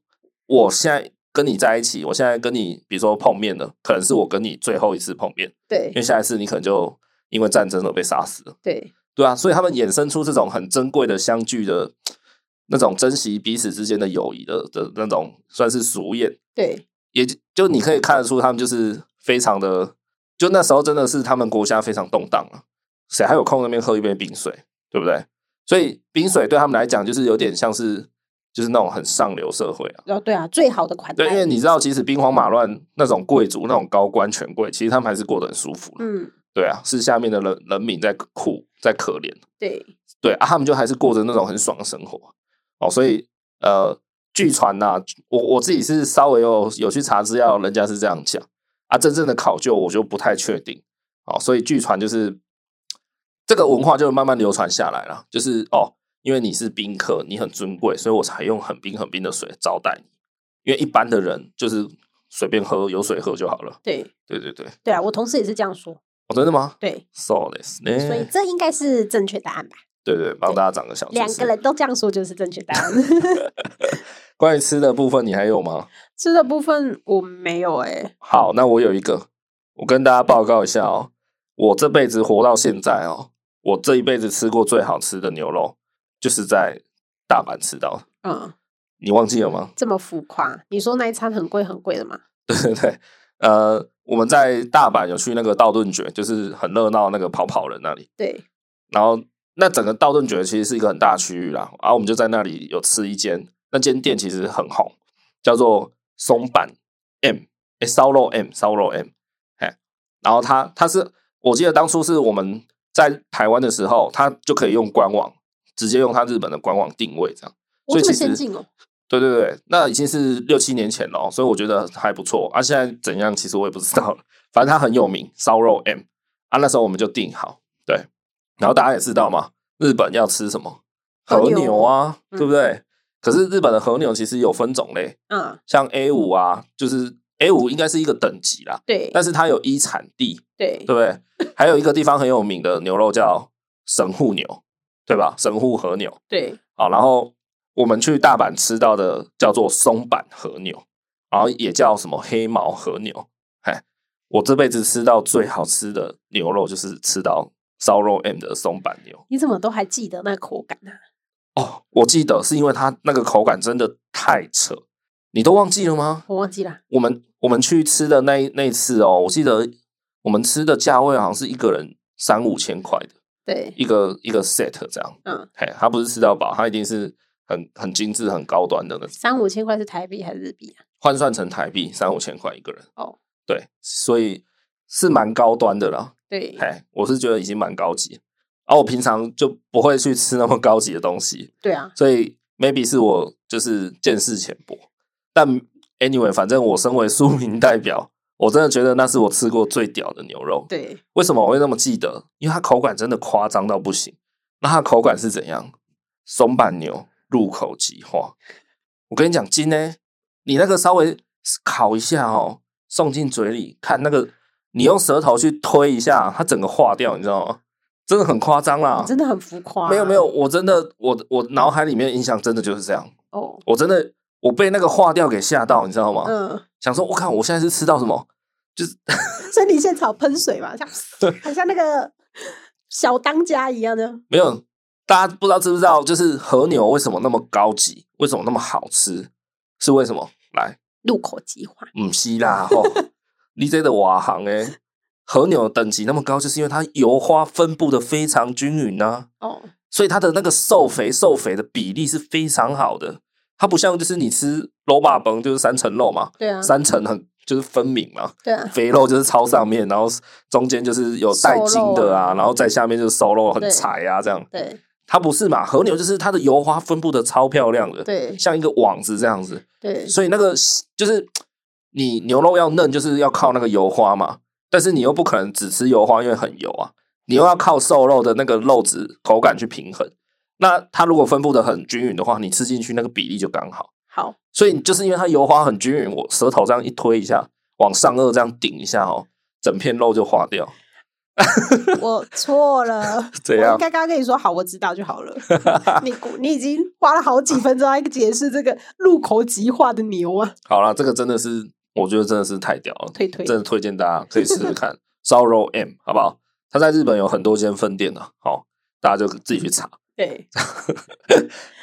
S1: 我现在跟你在一起，我现在跟你，比如说碰面了，可能是我跟你最后一次碰面，因为
S2: 对
S1: 下一次你可能就因为战争而被杀死了，
S2: 对，
S1: 对啊，所以他们衍生出这种很珍贵的相聚的那种珍惜彼此之间的友谊的的那种算是俗谚，
S2: 对
S1: 也就就你可以看得出他们就是非常的，就那时候真的是他们国家非常动荡了，谁还有空那边喝一杯冰水，对不对？所以冰水对他们来讲就是有点像是就是那种很上流社会啊。
S2: 然后对啊，最好的款待。
S1: 对，因为你知道，其实兵荒马乱那种贵族、那种高官权贵，其实他们还是过得很舒服的。
S2: 嗯，
S1: 对啊，是下面的人人民在苦，在可怜。
S2: 对
S1: 对啊，他们就还是过着那种很爽的生活。哦，所以呃，据传呐、我我自己是稍微有有去查资料，人家是这样讲啊，真正的考究我就不太确定。哦，所以据传就是这个文化就慢慢流传下来了，就是哦，因为你是宾客，你很尊贵，所以我才用很冰很冰的水招待你，因为一般的人就是随便喝，有水喝就好了。
S2: 对
S1: 对对对，
S2: 对啊，我同事也是这样说。
S1: 哦，真的吗
S2: 对，
S1: ？So this 呢？
S2: 所以这应该是正确答案吧？
S1: 对对，帮大家长个小知
S2: 两
S1: 识
S2: 个人都这样说就是正确答案。
S1: 关于吃的部分，你还有吗？
S2: 吃的部分我没有哎、
S1: 好，那我有一个，我跟大家报告一下哦，我这辈子活到现在哦，我这一辈子吃过最好吃的牛肉，就是在大阪吃到的。
S2: 嗯，
S1: 你忘记了吗？
S2: 这么浮夸，你说那一餐很贵很贵的吗？
S1: 对对对，呃，我们在大阪有去那个道顿崛，就是很热闹那个跑跑人那里，
S2: 对
S1: 然后那整个道顿崛其实是一个很大区域啦，然后我们就在那里有吃一间，那间店其实很红，叫做松板 M，哎、烧肉 M 烧肉 M，哎，然后它它是我记得当初是我们在台湾的时候，它就可以用官网直接用它日本的官网定位这样，
S2: 我
S1: 所以
S2: 这么
S1: 其
S2: 先
S1: 实
S2: 进哦。
S1: 对对对，那已经是六七年前了哦，所以我觉得还不错啊。现在怎样其实我也不知道了，反正它很有名，烧肉 M 啊，那时候我们就定好，对，然后大家也知道嘛，日本要吃什么
S2: 和
S1: 和
S2: 牛
S1: 牛啊，
S2: 嗯
S1: 对不对？可是日本的和牛其实有分种类，
S2: 嗯，
S1: 像 A 五啊，就是 A 五应该是一个等级啦，
S2: 对
S1: 但是它有一产地，
S2: 对
S1: 对不对？还有一个地方很有名的牛肉叫神户牛，对吧？神户和牛
S2: 对，
S1: 啊，然后我们去大阪吃到的叫做松板和牛，然后也叫什么黑毛和牛。哎，我这辈子吃到最好吃的牛肉就是吃到烧肉 M 的松板牛。
S2: 你怎么都还记得那口感啊？
S1: 哦，我记得是因为它那个口感真的太扯，你都忘记了吗？
S2: 我忘记了，
S1: 我们我们去吃的那一那一次哦，我记得我们吃的价位好像是一个人三五千块的
S2: 对，
S1: 一个一个 set 这样。
S2: 嗯，
S1: 嘿，它不是吃到饱，它一定是很很精致、很高端的那种，
S2: 三五千块是台币还是日币啊？
S1: 换算成台币三五千块一个人。
S2: 哦，
S1: 对，所以是蛮高端的啦。
S2: 对，
S1: 嘿，我是觉得已经蛮高级。啊，我平常就不会去吃那么高级的东西，
S2: 对啊，
S1: 所以 maybe 是我就是见识浅薄。但 anyway，反正我身为庶民代表，我真的觉得那是我吃过最屌的牛肉。
S2: 对，
S1: 为什么我会那么记得？因为它口感真的夸张到不行。那它的口感是怎样？松板牛入口即化。我跟你讲，今呢，你那个稍微烤一下哦，送进嘴里，看那个，你用舌头去推一下，它整个化掉，你知道吗？真的很夸张啦
S2: 你！真的很浮夸啊。
S1: 没有没有，我真的我我脑海里面的印象真的就是这样。
S2: 哦，
S1: 我真的我被那个化掉给吓到，你知道吗？
S2: 嗯，
S1: 想说，我看我现在是吃到什么？就是
S2: 所以你现场喷水嘛，像 好像那个小当家一样的。
S1: 没有，大家不知道知不知道，就是和牛为什么那么高级，为什么那么好吃，是为什么？来，
S2: 入口即化，
S1: 唔是啦，吼，你这的瓦行诶，和牛等级那么高，就是因为它油花分布的非常均匀啊，
S2: 哦，
S1: 所以它的那个瘦肥瘦肥的比例是非常好的。它不像就是你吃肉霸崩就是三层肉嘛，
S2: 对啊，
S1: 三层很就是分明嘛，
S2: 对啊，
S1: 肥肉就是超上面，然后中间就是有带筋的
S2: 瘦肉
S1: 啊，
S2: 啊
S1: 然后在下面就是瘦肉很
S2: 对
S1: 柴啊这样。
S2: 对
S1: 它不是嘛？和牛就是它的油花分布的超漂亮的，
S2: 对
S1: 像一个网子这样子。
S2: 对
S1: 所以那个就是你牛肉要嫩，就是要靠那个油花嘛。但是你又不可能只吃油花，因为很油啊。你又要靠瘦肉的那个肉质口感去平衡。那它如果分布的很均匀的话，你吃进去那个比例就刚好。
S2: 好，
S1: 所以就是因为它油花很均匀，我舌头这样一推一下，往上颚这样顶一下哦，整片肉就化掉。
S2: 我错了
S1: ，怎
S2: 我
S1: 样
S2: 应该刚刚跟你说好，我知道就好了。 你你已经花了好几分钟来解释这个入口即化的牛啊，
S1: 好啦，这个真的是，我觉得真的是太屌了。
S2: 推推
S1: 真的推荐大家可以试试看烧肉 M，好不好？它在日本有很多间分店的、好，大家就自己去查。
S2: 对，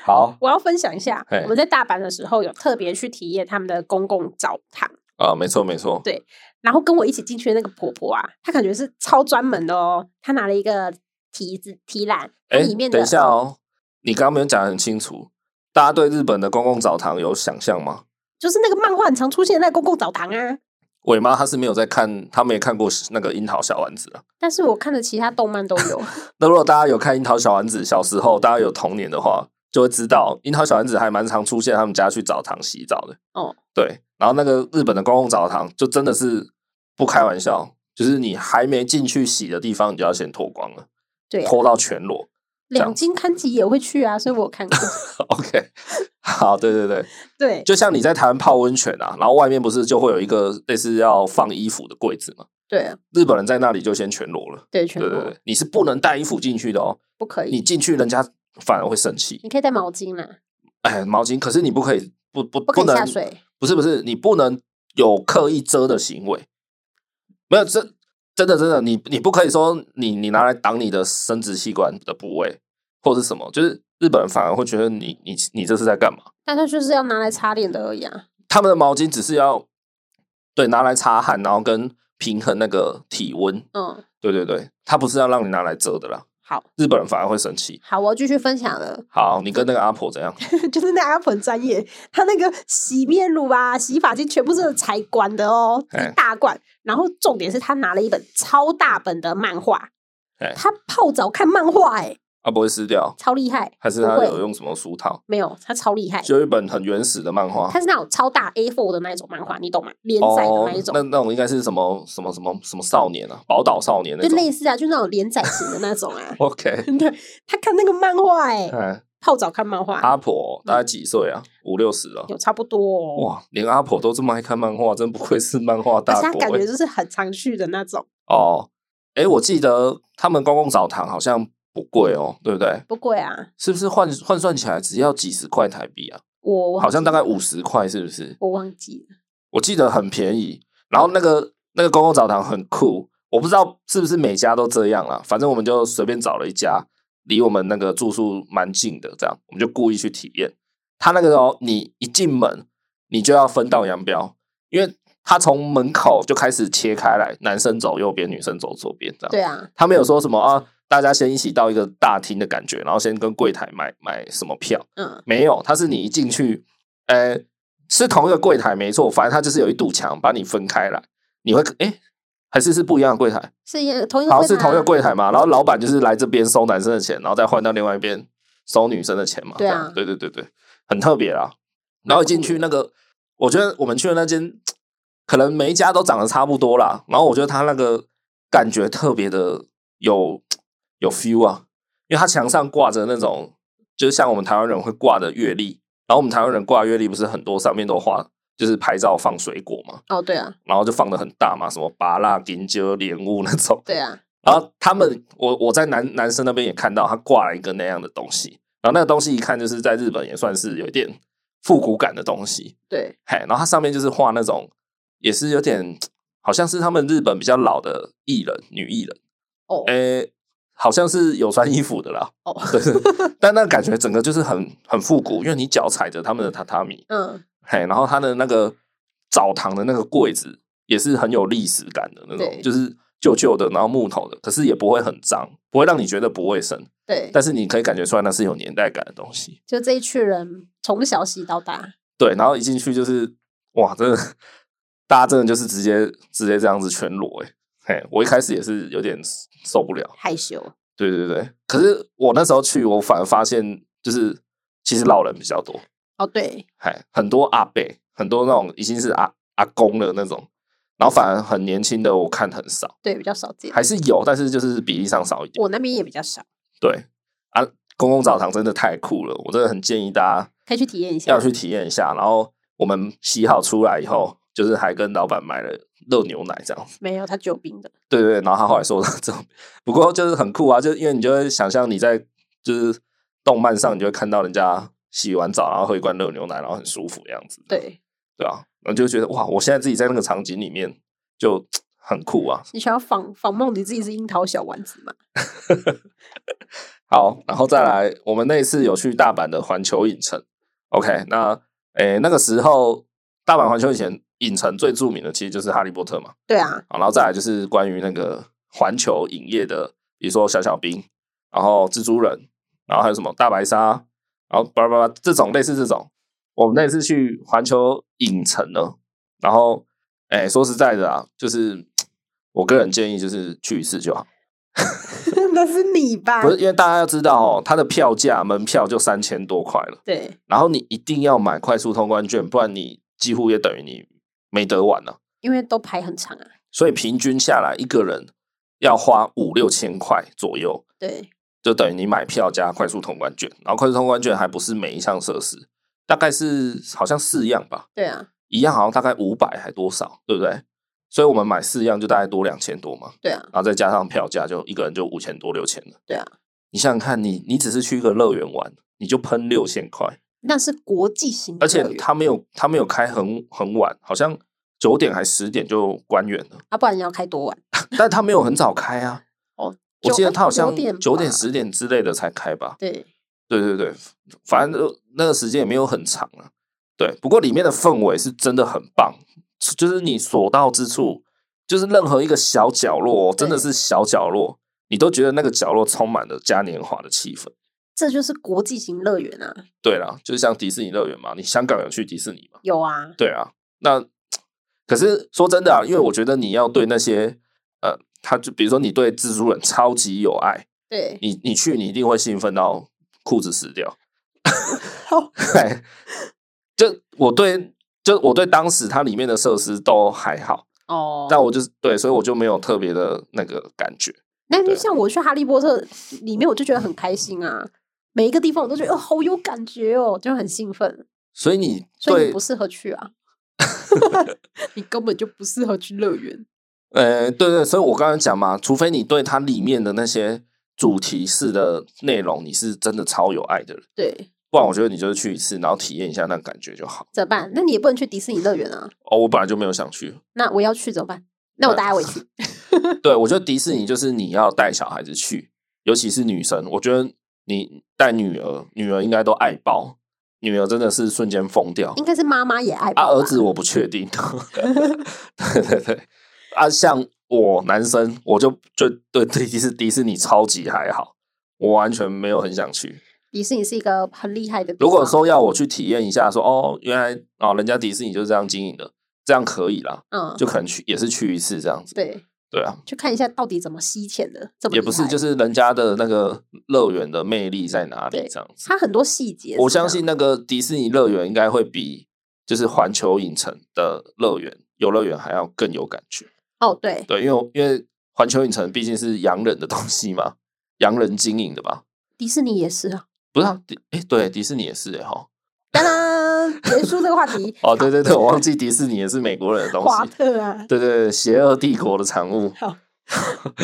S1: 好
S2: 我要分享一下
S1: 嘿，
S2: 我们在大阪的时候有特别去体验他们的公共澡堂，
S1: 啊、没错没错，
S2: 然后跟我一起进去的那个婆婆啊，她感觉是超专门的哦，她拿了一个提子提篮，它
S1: 哎、
S2: 里面的
S1: 等一下哦，你刚刚没有讲得很清楚，大家对日本的公共澡堂有想象吗？
S2: 就是那个漫画很常出现的那个公共澡堂啊。
S1: 伟妈她是没有在看，她没看过那个樱桃小丸子啊。
S2: 但是我看的其他动漫都 有，
S1: 那如果大家有看樱桃小丸子，小时候大家有童年的话，就会知道樱桃小丸子还蛮常出现他们家去澡堂洗澡的。
S2: 哦，
S1: 对，然后那个日本的公共澡堂就真的是不开玩笑，就是你还没进去洗的地方，你就要先脱光了，
S2: 对啊、
S1: 脱到全裸。
S2: 两金刊集也会去啊，所以我 有看过。
S1: OK，好，对对对，
S2: 对，
S1: 就像你在台湾泡温泉啊，然后外面不是就会有一个类似要放衣服的柜子嘛？
S2: 对啊，
S1: 日本人在那里就先全裸了。
S2: 对，全
S1: 对对
S2: 部
S1: 对，你是不能带衣服进去的哦，
S2: 不可
S1: 你
S2: 以。
S1: 进去人家反而会生气。
S2: 你可以带毛巾啦，
S1: 哎，毛巾，可是你不可以不不
S2: 不可以
S1: 能
S2: 下水。
S1: 不是不是，你不能有刻意遮的行为，没有这真的真的，你你不可以说你你拿来挡你的生殖器官的部位或是什么，就是日本人反而会觉得你你你这是在干嘛？
S2: 但它就是要拿来擦脸的而已啊。
S1: 他们的毛巾只是要对拿来擦汗，然后跟平衡那个体温，
S2: 嗯，
S1: 对对对，它不是要让你拿来遮的啦。
S2: 好
S1: 日本人反而会生气。
S2: 好，我要继续分享了。
S1: 好，你跟那个阿婆怎样？
S2: 就是那 app 很专业，它那个洗面乳啊、洗发精全部是才管的哦，
S1: 哎
S2: 一大罐。然后重点是他拿了一本超大本的漫画
S1: 哎，
S2: 他泡澡看漫画、哎，
S1: 啊，不会撕掉，
S2: 超厉害。
S1: 还是他
S2: 不会
S1: 有用什么书套？
S2: 没有，他超厉害。
S1: 就一本很原始的漫画
S2: 它。是那种超大 A4 的那一种漫画，你懂吗？连载的
S1: 哦
S2: 那一，种，
S1: 那那种应该是什么什么什么什么少年啊，宝岛少年那
S2: 就类
S1: 种。 。
S2: 似啊，就那种连载型的那种啊
S1: OK，
S2: 对，他看那个漫画、哎，
S1: 哎，
S2: 泡澡看漫画，
S1: 阿婆大概几岁啊？五六十啊？
S2: 有差不多、哦。
S1: 哇，连阿婆都这么爱看漫画，真不愧是漫画
S2: 而
S1: 大
S2: 且他
S1: 国、
S2: 感
S1: 欸
S2: 觉就是很常去的那种，
S1: 哦。哎，我记得他们公共澡堂好像不贵哦，对不对？
S2: 不贵啊。
S1: 是不是换换算起来只要几十块台币啊？
S2: 我忘
S1: 好像
S2: 记
S1: 大概
S2: 了
S1: 五十块，是不是？
S2: 我忘记了，
S1: 我记得很便宜。然后那个那个公共澡堂很酷，我不知道是不是每家都这样啦。反正我们就随便找了一家，离我们那个住宿蛮近的，这样我们就故意去体验。他那个哦，你一进门你就要分道扬镳，因为他从门口就开始切开来，男生走右边，女生走左边，这样。
S2: 对啊，
S1: 他没有说什么啊，大家先一起到一个大厅的感觉，然后先跟柜台买买什么票。
S2: 嗯，
S1: 没有，它是你一进去，呃，是同一个柜台没错，反正它就是有一堵墙把你分开来，你会诶，还是是不一样的柜台，
S2: 是一个同一个
S1: 好
S2: 柜
S1: 像是
S2: 台
S1: 同一个
S2: 啊
S1: 柜台嘛，然后老板就是来这边收男生的钱，然后再换到另外一边收女生的钱嘛，
S2: 对啊
S1: 这样对对对对，很特别啦。然后一进去那个，我觉得我们去的那间，可能每一家都长得差不多啦，然后我觉得它那个感觉特别的有有 feel 啊，因为它墙上挂着那种，就是像我们台湾人会挂的月历，然后我们台湾人挂的月历不是很多上面都画就是拍照放水果嘛，
S2: 哦，对啊，
S1: 然后就放的很大嘛，什么芭辣、金蕉、莲雾那种，
S2: 对啊，
S1: 然后他们，我我在男男生那边也看到他挂了一个那样的东西，然后那个东西一看就是在日本也算是有一点复古感的东西，
S2: 对，
S1: 嘿，然后它上面就是画那种也是有点好像是他们日本比较老的艺人女艺人，
S2: 哦
S1: 诶，好像是有穿衣服的啦，
S2: 哦，
S1: 但那感觉整个就是很很复古，因为你脚踩着他们的榻榻米，
S2: 嗯，
S1: 嘿，然后它的那个澡堂的那个柜子也是很有历史感的那种，
S2: 对
S1: 就是旧旧的，然后木头的，可是也不会很脏，不会让你觉得不卫生，
S2: 对，
S1: 但是你可以感觉出来那是有年代感的东西。
S2: 就这一群人从小洗到大，
S1: 对，然后一进去就是哇，真的，大家真的就是直接直接这样子全裸、欸，嘿，我一开始也是有点受不了，
S2: 害羞，
S1: 对对对，可是我那时候去，我反而发现就是其实老人比较多，
S2: 哦，对，
S1: 哎，很多阿伯，很多那种已经是阿阿公了那种，然后反而很年轻的我看很少，
S2: 对，比较少见，
S1: 还是有，但是就是比例上少一点。
S2: 我那边也比较少，
S1: 对啊，公共澡堂真的太酷了，我真的很建议大
S2: 可以去体验一
S1: 家
S2: 下，
S1: 要去体验一下。然后我们洗好出来以后，就是还跟老板买了热牛奶这样子。
S2: 没有他救兵的，
S1: 对对，对然后他后来说他这种，不过就是很酷啊，就是因为你就会想象你在就是动漫上，你就会看到人家洗完澡然后喝一罐热牛奶，然后很舒服的样子。
S2: 对
S1: 对啊，然后就觉得哇，我现在自己在那个场景里面就很酷啊。
S2: 你想要仿仿梦你自己是樱桃小丸子嘛？
S1: 好，然后再来，我们那一次有去大阪的环球影城。OK，那诶那个时候大阪环球影城影城最著名的其实就是哈利波特嘛，
S2: 对啊，
S1: 好然后再来就是关于那个环球影业的，比如说小小兵，然后蜘蛛人，然后还有什么大白鲨，然后巴拉巴拉这种类似这种，我们那次去环球影城呢，然后哎说实在的啊，就是我个人建议就是去一次就好，
S2: 那是你吧
S1: 不是因为大家要知道哦，它的票价门票就三千多块了，
S2: 对，
S1: 然后你一定要买快速通关券，不然你几乎也等于你没得玩了、
S2: 因为都排很长啊，
S1: 所以平均下来一个人要花五六千块左右，
S2: 对，
S1: 就等于你买票加快速通关券，然后快速通关券还不是每一项设施，大概是好像四样吧，
S2: 对啊，
S1: 一样好像大概五百还多少，对不对？所以我们买四样就大概多两千多嘛，
S2: 对啊，
S1: 然后再加上票价，就一个人就五千多六千了。
S2: 对啊，
S1: 你想想看，你你只是去一个乐园玩，你就喷六千块，
S2: 那是国际型的
S1: 而
S2: 嗯乐园，
S1: 且他没有他没有开很很晚，好像九点还十点就关园了，
S2: 啊，不然你要开多晚？
S1: 但他没有很早开啊。
S2: 哦，
S1: 我记得他好像九
S2: 九
S1: 点
S2: 点
S1: 十
S2: 吧
S1: 点之类的才开吧？
S2: 对，
S1: 对对对，反正就那个时间也没有很长啊。对，不过里面的氛围是真的很棒，就是你所到之处，就是任何一个小角落哦，真的
S2: 对
S1: 是小角落，你都觉得那个角落充满了嘉年华的气氛。
S2: 这就是国际型乐园啊，
S1: 对啦，就是像迪士尼乐园嘛，你香港有去迪士尼嘛？
S2: 有啊，
S1: 对啊，那可是说真的啊，因为我觉得你要对那些呃，他就比如说你对蜘蛛人超级有爱，
S2: 对，
S1: 你你去，你一定会兴奋到裤子湿 掉。
S2: 好
S1: 嘿就我对，就我对当时它里面的设施都还好，
S2: 哦，
S1: 但我就是对，所以我就没有特别的那个感觉。
S2: 那
S1: 对
S2: 像我去哈利波特里面，我就觉得很开心啊。每一个地方我都觉得哦，好有感觉哦，就很兴奋。
S1: 所以你
S2: 所以你
S1: 对
S2: 不适合去 啊，你根本就不适合去乐园。
S1: 呃，对对，所以我刚才讲嘛，除非你对它里面的那些主题式的内容，你是真的超有爱的人，
S2: 对，
S1: 不然我觉得你就是去一次，然后体验一下那感觉就好。
S2: 怎么办？那你也不能去迪士尼乐园啊。
S1: 哦，我本来就没有想去，
S2: 那我要去怎么办？那我带他回 去。
S1: 对我觉得迪士尼就是你要带小孩子去，尤其是女生，我觉得你带女儿，女儿应该都爱爆，女儿真的是瞬间疯掉。
S2: 应该是妈妈也爱吧
S1: 啊，儿子我不确定。 对对对，啊，像我男生，我就就对对迪士迪士尼超级还好，我完全没有很想去。
S2: 迪士尼是一个很厉害的地方。
S1: 如果说要我去体验一下说哦，原来哦，人家迪士尼就是这样经营的，这样可以啦，
S2: 嗯，
S1: 就可能去也是去一次这样子。
S2: 对，
S1: 对啊，
S2: 去看一下到底怎么吸钱的，这么
S1: 也不
S2: 厉
S1: 是
S2: 害
S1: 就是人家的那个乐园的魅力在哪里
S2: 对
S1: 这样子。
S2: 它很多细节。
S1: 我相信那个迪士尼乐园应该会比就是环球影城的乐园游乐园还要更有感觉。
S2: 哦，对，
S1: 对，因为我因为环球影城毕竟是洋人的东西嘛，洋人经营的吧？
S2: 迪士尼也是啊。
S1: 不是啊，迪哎、对，迪士尼也是哎、哈。。
S2: 当然，结束这个话题
S1: 哦，对对对，我忘记迪士尼也是美国人的东
S2: 华
S1: 西。
S2: 特啊，
S1: 对对对，邪恶帝国的产物。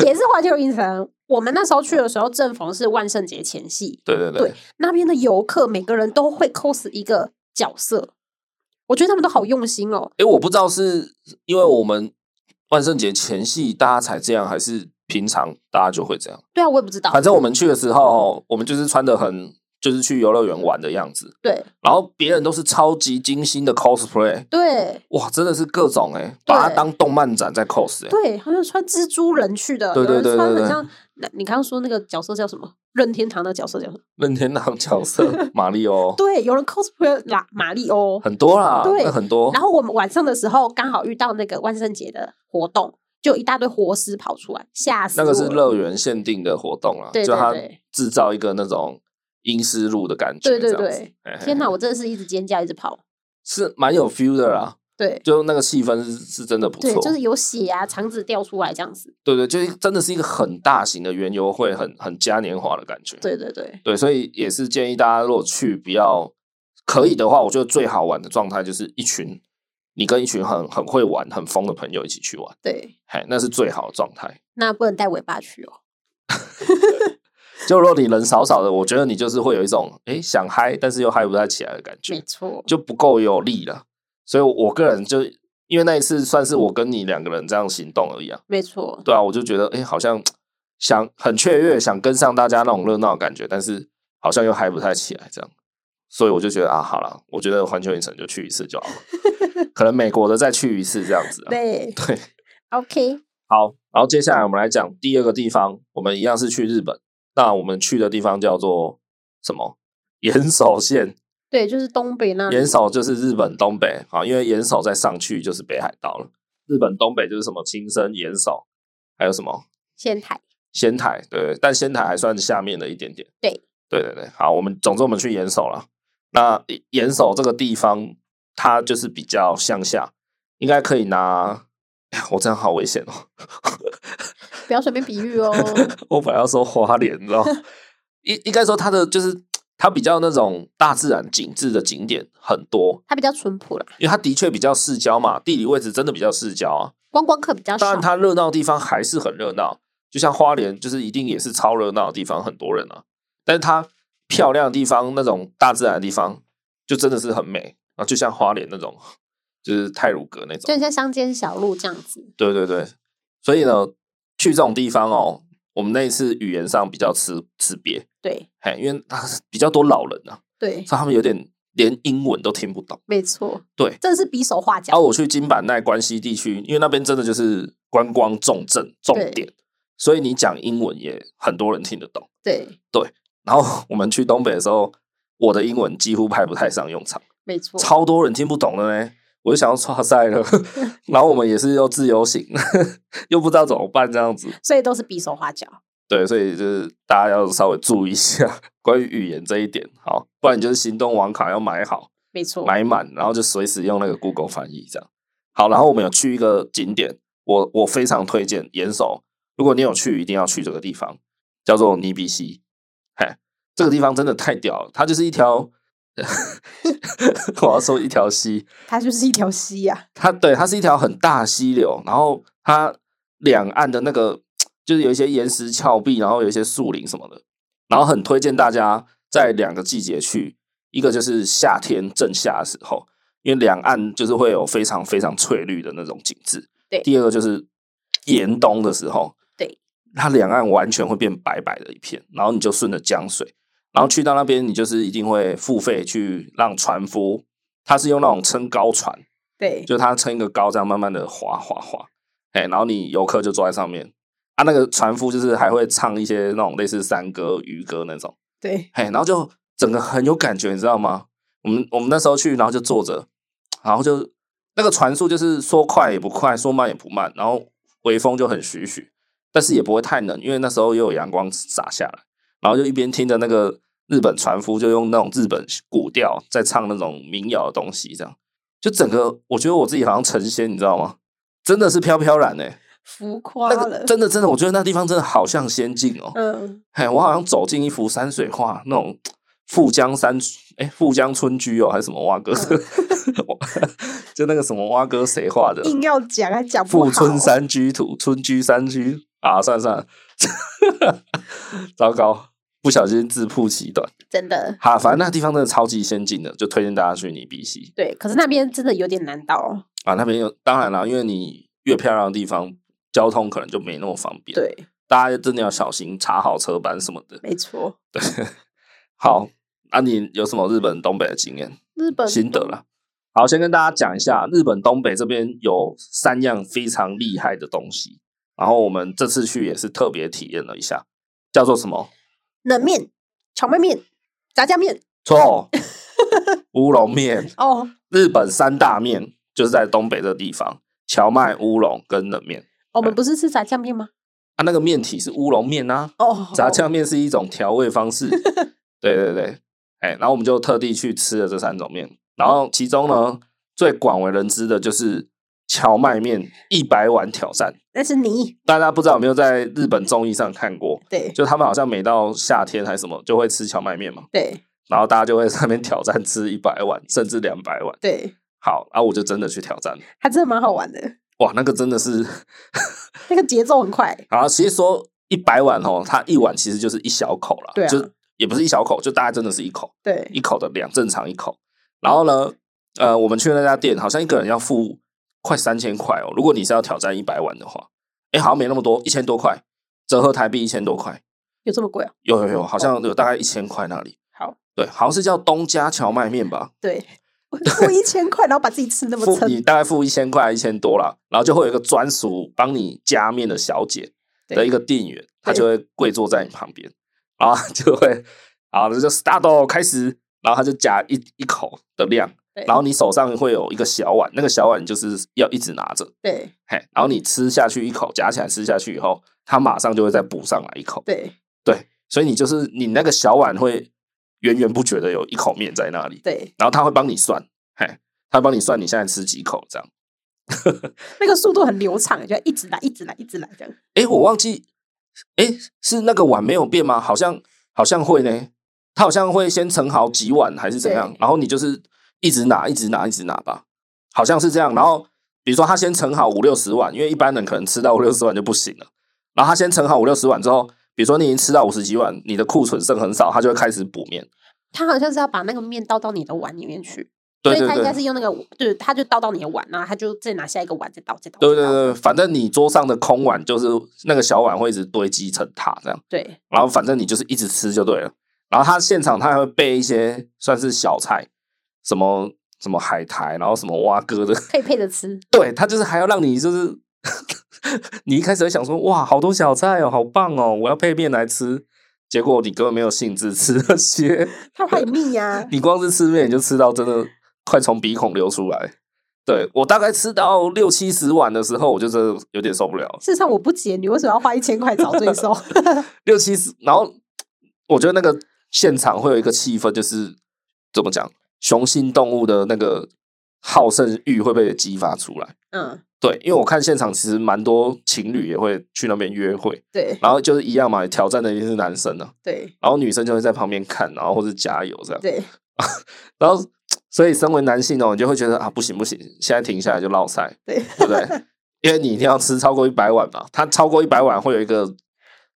S2: 也是环球影城。我们那时候去的时候，正逢是万圣节前夕，
S1: 对对对，
S2: 对那边的游客每个人都会 cos 一个角色，我觉得他们都好用心哦。
S1: 哎、我不知道是因为我们万圣节前夕大家才这样，还是平常大家就会这样。
S2: 对啊，我也不知道
S1: 反，正我们去的时候，哦我们就是穿的很，就是去游乐园玩的样子。
S2: 对
S1: 然后别人都是超级精心的 cosplay，
S2: 对
S1: 哇，真的是各种哎、把它
S2: 对
S1: 当动漫展在 cos 哎、
S2: 对，好像穿蜘蛛人去的，
S1: 对对对
S2: 有人穿
S1: 对对
S2: 很像。那你刚刚说那个角色叫什么？任天堂的角色叫什么？
S1: 任天堂角 色马里奥，
S2: 对，有人 cosplay 啦马里奥。
S1: 嗯很多啦，
S2: 对
S1: 那很多
S2: 然。后我们晚上的时候刚好遇到那个万圣节的活动，就有一大堆活尸跑出来，吓死
S1: 那
S2: 我
S1: 个是
S2: 了。
S1: 乐园限定的活动啦，
S2: 对对
S1: 就它
S2: 对
S1: 制造一个那种阴湿路的感觉，
S2: 对对
S1: 这样子
S2: 对，
S1: 嘿嘿
S2: 天哪，我真的是一直尖叫，一直跑。
S1: 是蛮有 feel 的啦，
S2: 对
S1: 就那个气氛是是真的不
S2: 对
S1: 错，，
S2: 就是有血啊，肠子掉出来这样子。
S1: 对对，就是真的是一个很大型的园游会，很很嘉年华的感觉，
S2: 对对对，
S1: 对，所以也是建议大家如果去，不要可以的话，我觉得最好玩的状态就是一群你跟一群很很会玩、很疯的朋友一起去玩，
S2: 对，
S1: 嘿，那是最好的状态。
S2: 那不能带尾巴去哦。
S1: 就如果你人少少的，我觉得你就是会有一种哎想嗨，但是又嗨不太起来的感
S2: 没
S1: 觉，
S2: 错，
S1: 就不够有力了。所以我个人就因为那一次算是我跟你两个人这样行动而已啊，
S2: 没错，
S1: 对啊，我就觉得哎好像想很雀跃，想跟上大家那种热闹的感觉，但是好像又嗨不太起来这样。所以我就觉得啊，好了，我觉得环球影城就去一次就好了，可能美国的再去一次这样子、啊。
S2: 对
S1: 对，
S2: ，OK，
S1: 好，然后接下来我们来讲第二个地方，我们一样是去日本。那我们去的地方叫做什么？岩手县，
S2: 对，就是东北那里
S1: 岩手就是日本东北啊，因为岩手再上去就是北海道了。日本东北就是什么青森、岩手，还有什么
S2: 仙台。
S1: 仙台，对，但仙台还算下面的一点点。
S2: 对，
S1: 对对对，好，我们总之我们去岩手了。那岩手这个地方，它就是比较向下，应该可以拿。哎呀我这样好危险哦！
S2: 不要随便比喻 哦。
S1: 我本来要说花莲，你知道吗，应应该说它的就是它比较那种大自然景致的景点很多，
S2: 它比较淳朴啦，
S1: 因为它的确比较市郊嘛，地理位置真的比较市郊啊。
S2: 观光客比较
S1: 当
S2: 少
S1: 然，。它热闹的地方还是很热闹，就像花莲，就是一定也是超热闹的地方，很多人啊。但是它漂亮的地方，那种大自然的地方，就真的是很美啊，就像花莲那种，就是泰鲁阁那
S2: 就
S1: 种。
S2: 很像乡间小路这样子，
S1: 对对对，所以呢，去这种地方哦，我们那一次语言上比较吃吃瘪，
S2: 对
S1: 嘿，因为它比较多老人啊，
S2: 对，
S1: 所以他们有点连英文都听不懂。
S2: 没错，
S1: 对
S2: 这是比手画脚
S1: 然，啊后我去金板奈关西地区，因为那边真的就是观光重镇重点，所以你讲英文也很多人听得懂。
S2: 对，
S1: 然后我们去东北的时候，我的英文几乎派不太上用场，
S2: 没错，
S1: 超多人听不懂的呢。我就想要刷赛了，然后我们也是又自由行， 又不知道怎么办这样子。
S2: 所以都是比手画脚。
S1: 对，所以就是大家要稍微注意一下 关于语言这一点，好，不然你就是行动网卡要买好。
S2: 没错，
S1: 买满，然后就随时用那个 Google 翻译这样。好，然后我们有去一个景点，我我非常推荐岩手，如果你有去，一定要去这个地方，叫做尼比西。嘿，这个地方真的太屌了，它就是一条， 我要说一条溪，
S2: 它就是一条溪呀、
S1: 它对，它是一条很大的溪流，然后它两岸的那个就是有一些岩石峭壁，然后有一些树林什么的，然后很推荐大家在两个季节去，一个就是夏天正夏的时候，因为两岸就是会有非常非常翠绿的那种景致。
S2: 对
S1: 第二个就是严冬的时候，
S2: 对，
S1: 它两岸完全会变白白的一片，然后你就顺着江水，然后去到那边，你就是一定会付费去让船夫，他是用那种撑高船。
S2: 对，
S1: 就它撑一个高，这样慢慢的滑滑滑，哎、然后你游客就坐在上面，啊，那个船夫就是还会唱一些那种类似山歌、渔歌那种，
S2: 对，
S1: 哎、然后就整个很有感觉，你知道吗？我们我们那时候去，然后就坐着，然后就那个船速就是说快也不快，说慢也不慢，然后微风就很徐徐，但是也不会太冷，因为那时候又有阳光洒下来，然后就一边听着那个日本船夫就用那种日本古调在唱那种民谣的东西，这样就整个我觉得我自己好像成仙，你知道吗？真的是飘飘然哎、
S2: 浮夸
S1: 那个
S2: 了，
S1: 真的真的，我觉得那地方真的好像仙境哦、
S2: 嗯，
S1: 嘿，我好像走进一幅山水画，那种富江山，哎，富江村居哦，还是什么蛙哥，我 就那个什么蛙哥谁画的？
S2: 硬要讲还讲嗯不好，
S1: 富春山居图，春居山居啊，算了算了， 糟糕，不小心自曝其短。
S2: 真的
S1: 哈，反正那地方真的超级先进的，就推荐大家去尼比西
S2: 对，可是那边真的有点难到，
S1: 啊。那边有，当然啦，因为你越漂亮的地方，交通可能就没那么方便。，
S2: 对，
S1: 大家真的要小心，查好车班什么的。
S2: 没错，
S1: 好，那、你有什么日本东北的经验
S2: 日本
S1: 心得啦？好，先跟大家讲一下，日本东北这边有三样非常厉害的东西，然后我们这次去也是特别体验了一下，叫做什么？
S2: 冷面、荞麦面、炸酱面
S1: 错，乌龙面，
S2: 哦，
S1: 日本三大面就是在东北这地方，荞麦、乌龙跟冷面。
S2: 我们不是吃炸酱面吗？
S1: 啊，那个面体是乌龙面啊，
S2: 哦，
S1: 炸酱面是一种调味方 式。对对对，哎、然后我们就特地去吃了这三种面，然
S2: 哦
S1: 后其中呢最广为人知的就是荞麦面一百碗挑战。
S2: 那是你
S1: 大家不知道有没有在日本综艺上看过？
S2: 对
S1: 就他们好像每到夏天还是什么，就会吃荞麦面嘛，
S2: 对
S1: 然后大家就会在那边挑战吃一百碗，甚至两百碗。
S2: 对，
S1: 好，然后我就真的去挑战了，
S2: 它真的蛮好玩的，
S1: 哇，那个真的是，
S2: 那个节奏很快，
S1: 啊，其实说一百碗哦，它一碗其实就是一小口了，
S2: 对啊
S1: 就也不是一小口，就大概真的是一口，
S2: 对
S1: 一口的量，正常一口。然后呢，呃，我们去那家店，好像一个人要付快三千块哦。如果你是要挑战一百碗的话，哎，好像没那么多，一千多块，折合台币一千多块，
S2: 有这么贵啊？
S1: 有有有，好像有大概一千块那里。
S2: 好，
S1: 对，好像是叫东家荞麦面吧，
S2: 对，我付一千块，然后把自己吃那么
S1: 付你
S2: 撑，
S1: 大概付一千块一千多啦，然后就会有一个专属帮你加面的小姐的
S2: 对
S1: 一个店员，她就会跪坐在你旁边，然后她就会，好，那就 start 开始，然后她就夹一一口的量，
S2: 对
S1: 然后你手上会有一个小碗，那个小碗就是要一直拿着，
S2: 对
S1: 嘿，然后你吃下去一口，夹起来吃下去以后，它马上就会再补上来一口，
S2: 对
S1: 对，所以你就是你那个小碗会源源不绝的有一口面在那里，
S2: 对，
S1: 然后他会帮你算，嘿，他帮你算你现在吃几口这样，
S2: 那个速度很流畅，就一直来，一直来，一直来这样。
S1: 诶，我忘记，诶，是那个碗没有变吗？好像好像会呢，他好像会先盛好几碗还是怎样
S2: 对，
S1: 然后你就是一直拿，一直拿，一直拿吧，好像是这样。然后比如说他先盛好五六十碗，因为一般人可能吃到五六十碗就不行了，然后他先盛好五六十碗之后，比如说你已经吃到五十几碗，你的库存剩很少，他就会开始补面。
S2: 他好像是要把那个面倒到你的碗里面去，
S1: 对对
S2: 所以他应该
S1: 对。
S2: 是用那个，对，他就倒到你的碗，然后他就再拿下一个碗再倒，再倒，
S1: 对对
S2: 再倒
S1: 对，反正你桌上的空碗就是那个小碗会一直堆积成塔这样。
S2: 对
S1: 然后反正你就是一直吃就对了。然后他现场他还会备一些算是小菜，什么什么海苔，然后什么蛙哥的，
S2: 可以配着吃，
S1: 对他就是还要让你就是 你一开始会想说哇好多小菜哦，好棒哦，我要配面来吃。结果你根本没有兴致吃那些，
S2: 他怕有蜜 呀、
S1: 你光是吃面你就吃到真的快从鼻孔流出来。对我大概吃到六七十碗的时候，我就真的有点受不了了。
S2: 事实上我不解，你为什么要花一千块找罪受？
S1: 六七十，然后我觉得那个现场会有一个气氛，就是怎么讲，雄性动物的那个好胜欲会被激发出来。
S3: 嗯，
S1: 对，因为我看现场其实蛮多情侣也会去那边约会，
S3: 对
S2: 嗯
S1: 然后就是一样嘛，挑战的一定是男生啊，
S3: 对
S1: 然后女生就会在旁边看，然后或是加油这样。
S3: 对，
S1: 然后，所以身为男性呢，你就会觉得啊，不行不行，现在停下来就落赛，
S3: 对
S1: 对不 对？因为你一定要吃超过一百碗嘛，它超过一百碗会有一个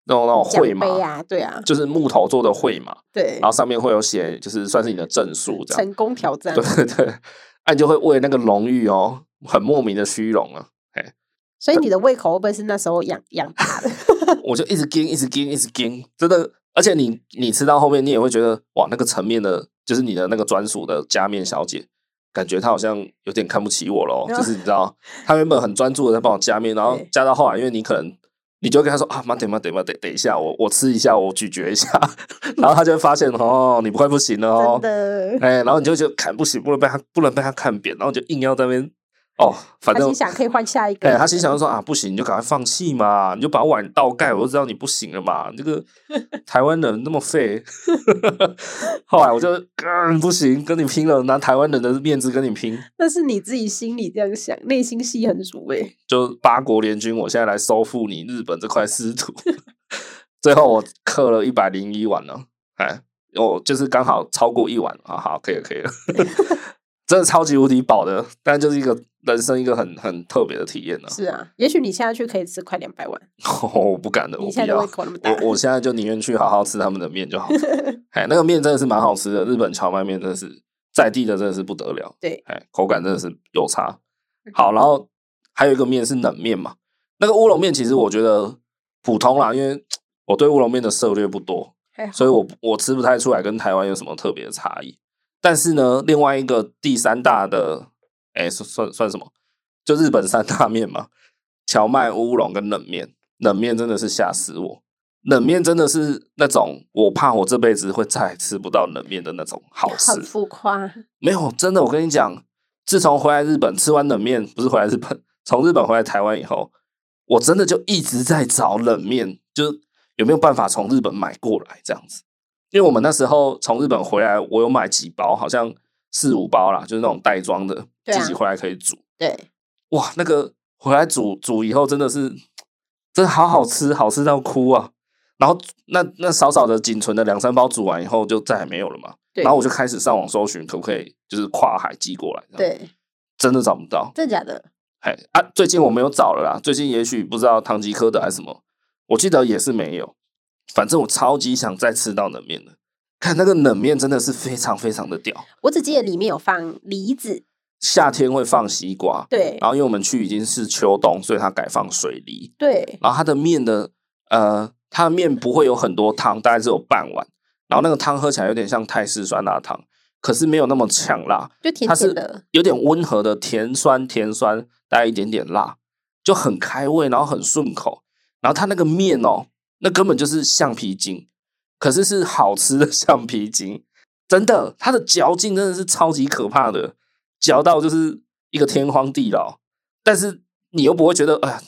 S1: 那种那种
S2: 奖
S1: 哦会嘛，
S2: 杯啊，
S3: 对啊，
S1: 就是木头做的会嘛，
S3: 对
S1: 然，后上面会有写，就是算是你的证书这样。
S3: 成功挑战
S1: 对，对对，那、你就会为那个荣誉哦，很莫名的虚 荣啊。
S3: 所以你的胃口会不会是那时候养养大的？
S1: 我就一直盯，一直盯，一直盯，真的。而且你你吃到后面，你也会觉得哇，那个层面的，就是你的那个专属的加面小姐，感觉她好像有点看不起我咯。就是你知道，她原本很专注的在帮我加面，然后
S3: 哦对
S1: 加到后来，因为你可能你就会跟她说啊，慢点，慢点，慢点，等一下，我我吃一下，我咀嚼一下，然后她就会发现哦，你快不行了哦
S3: 真， 的，
S1: 哎，然后你就觉得看不行，不能被她不能被她看扁，然后你就硬要在那边哦，反
S3: 他
S1: 正
S3: 心想可以换下一
S1: 哎、
S3: 个，
S1: 他心想就说啊，不行，你就赶快放弃嘛，你就把碗倒盖，我就知道你不行了嘛。这个台湾人那么废，后来我就嗯不行，跟你拼了，拿台湾人的面子跟你拼，
S3: 那是你自己心里这样想，内心戏很足哎，
S1: 就八国联军，我现在来收复你日本这块失土。 最后我克了一百零一碗了，哎，我就是刚好超过一碗啊，好，可以了，可以了， 真的超级无敌饱的，但就是一个人生一个很很特别的体验呢、
S3: 是啊，也许你下去可以吃快两百万，
S1: 我不敢的，
S3: 你
S1: 我
S3: 现在
S1: 不
S3: 的
S1: 要
S3: 胃。口那么大，
S1: 我我现在就宁愿去好好吃他们的面就好了。哎，那个面真的是蛮好吃的，日本荞麦面真的是在地的，真的是不得了。
S3: 对，
S1: 哎，口感真的是有差。好，然后还有一个面是冷面嘛，那个乌龙面其实我觉得普通啦，因为我对乌龙面的涉略不多，
S3: 还好
S1: 所以我我吃不太出来跟台湾有什么特别的差异。但是呢，另外一个第三大的，哎，算算算什么？就日本三大面嘛，荞麦乌龙跟冷面。冷面真的是吓死我，冷面真的是那种我怕我这辈子会再也吃不到冷面的那种好吃
S3: 很。浮夸，
S1: 没有，真的，我跟你讲，自从回来日本吃完冷面，不是回来日本，从日本回来台湾以后，我真的就一直在找冷面，就是有没有办法从日本买过来这样子。因为我们那时候从日本回来，我有买几包，好像四五包啦，就是那种袋装的，
S3: 对啊
S1: 自己回来可以煮。
S3: 对，
S1: 哇，那个回来煮煮以后真的是，真的好好吃，好吃到哭啊！然后那那少少的仅存的两三包煮完以后，就再也没有了嘛。
S3: 对
S1: 然后我就开始上网搜寻，可不可以就是跨海寄过来？，
S3: 对，
S1: 真的找不到。
S3: 真的假的？
S1: 哎啊，最近我没有找了啦，最近也许不知道唐吉诃德还是什么，我记得也是没有。反正我超级想再吃到冷面的，看那个冷面真的是非常非常的屌。
S3: 我只记得里面有放梨子，
S1: 夏天会放西瓜，
S3: 对
S1: 然后因为我们去已经是秋冬，所以它改放水梨。
S3: 对，
S1: 然后它的面的呃，它的面不会有很多汤，大概只有半碗。然后那个汤喝起来有点像泰式酸辣汤，可是没有那么呛辣，
S3: 就甜
S1: 它
S3: 甜
S1: 是
S3: 的，
S1: 有点温和的甜酸，甜酸带一点点辣，就很开胃，然后很顺口。然后它那个面哦，那根本就是橡皮筋，可是是好吃的 橡皮筋，真的，它的嚼劲真的是超级可怕的，嚼到就是一个天荒地老。但是你又不会觉得哎呀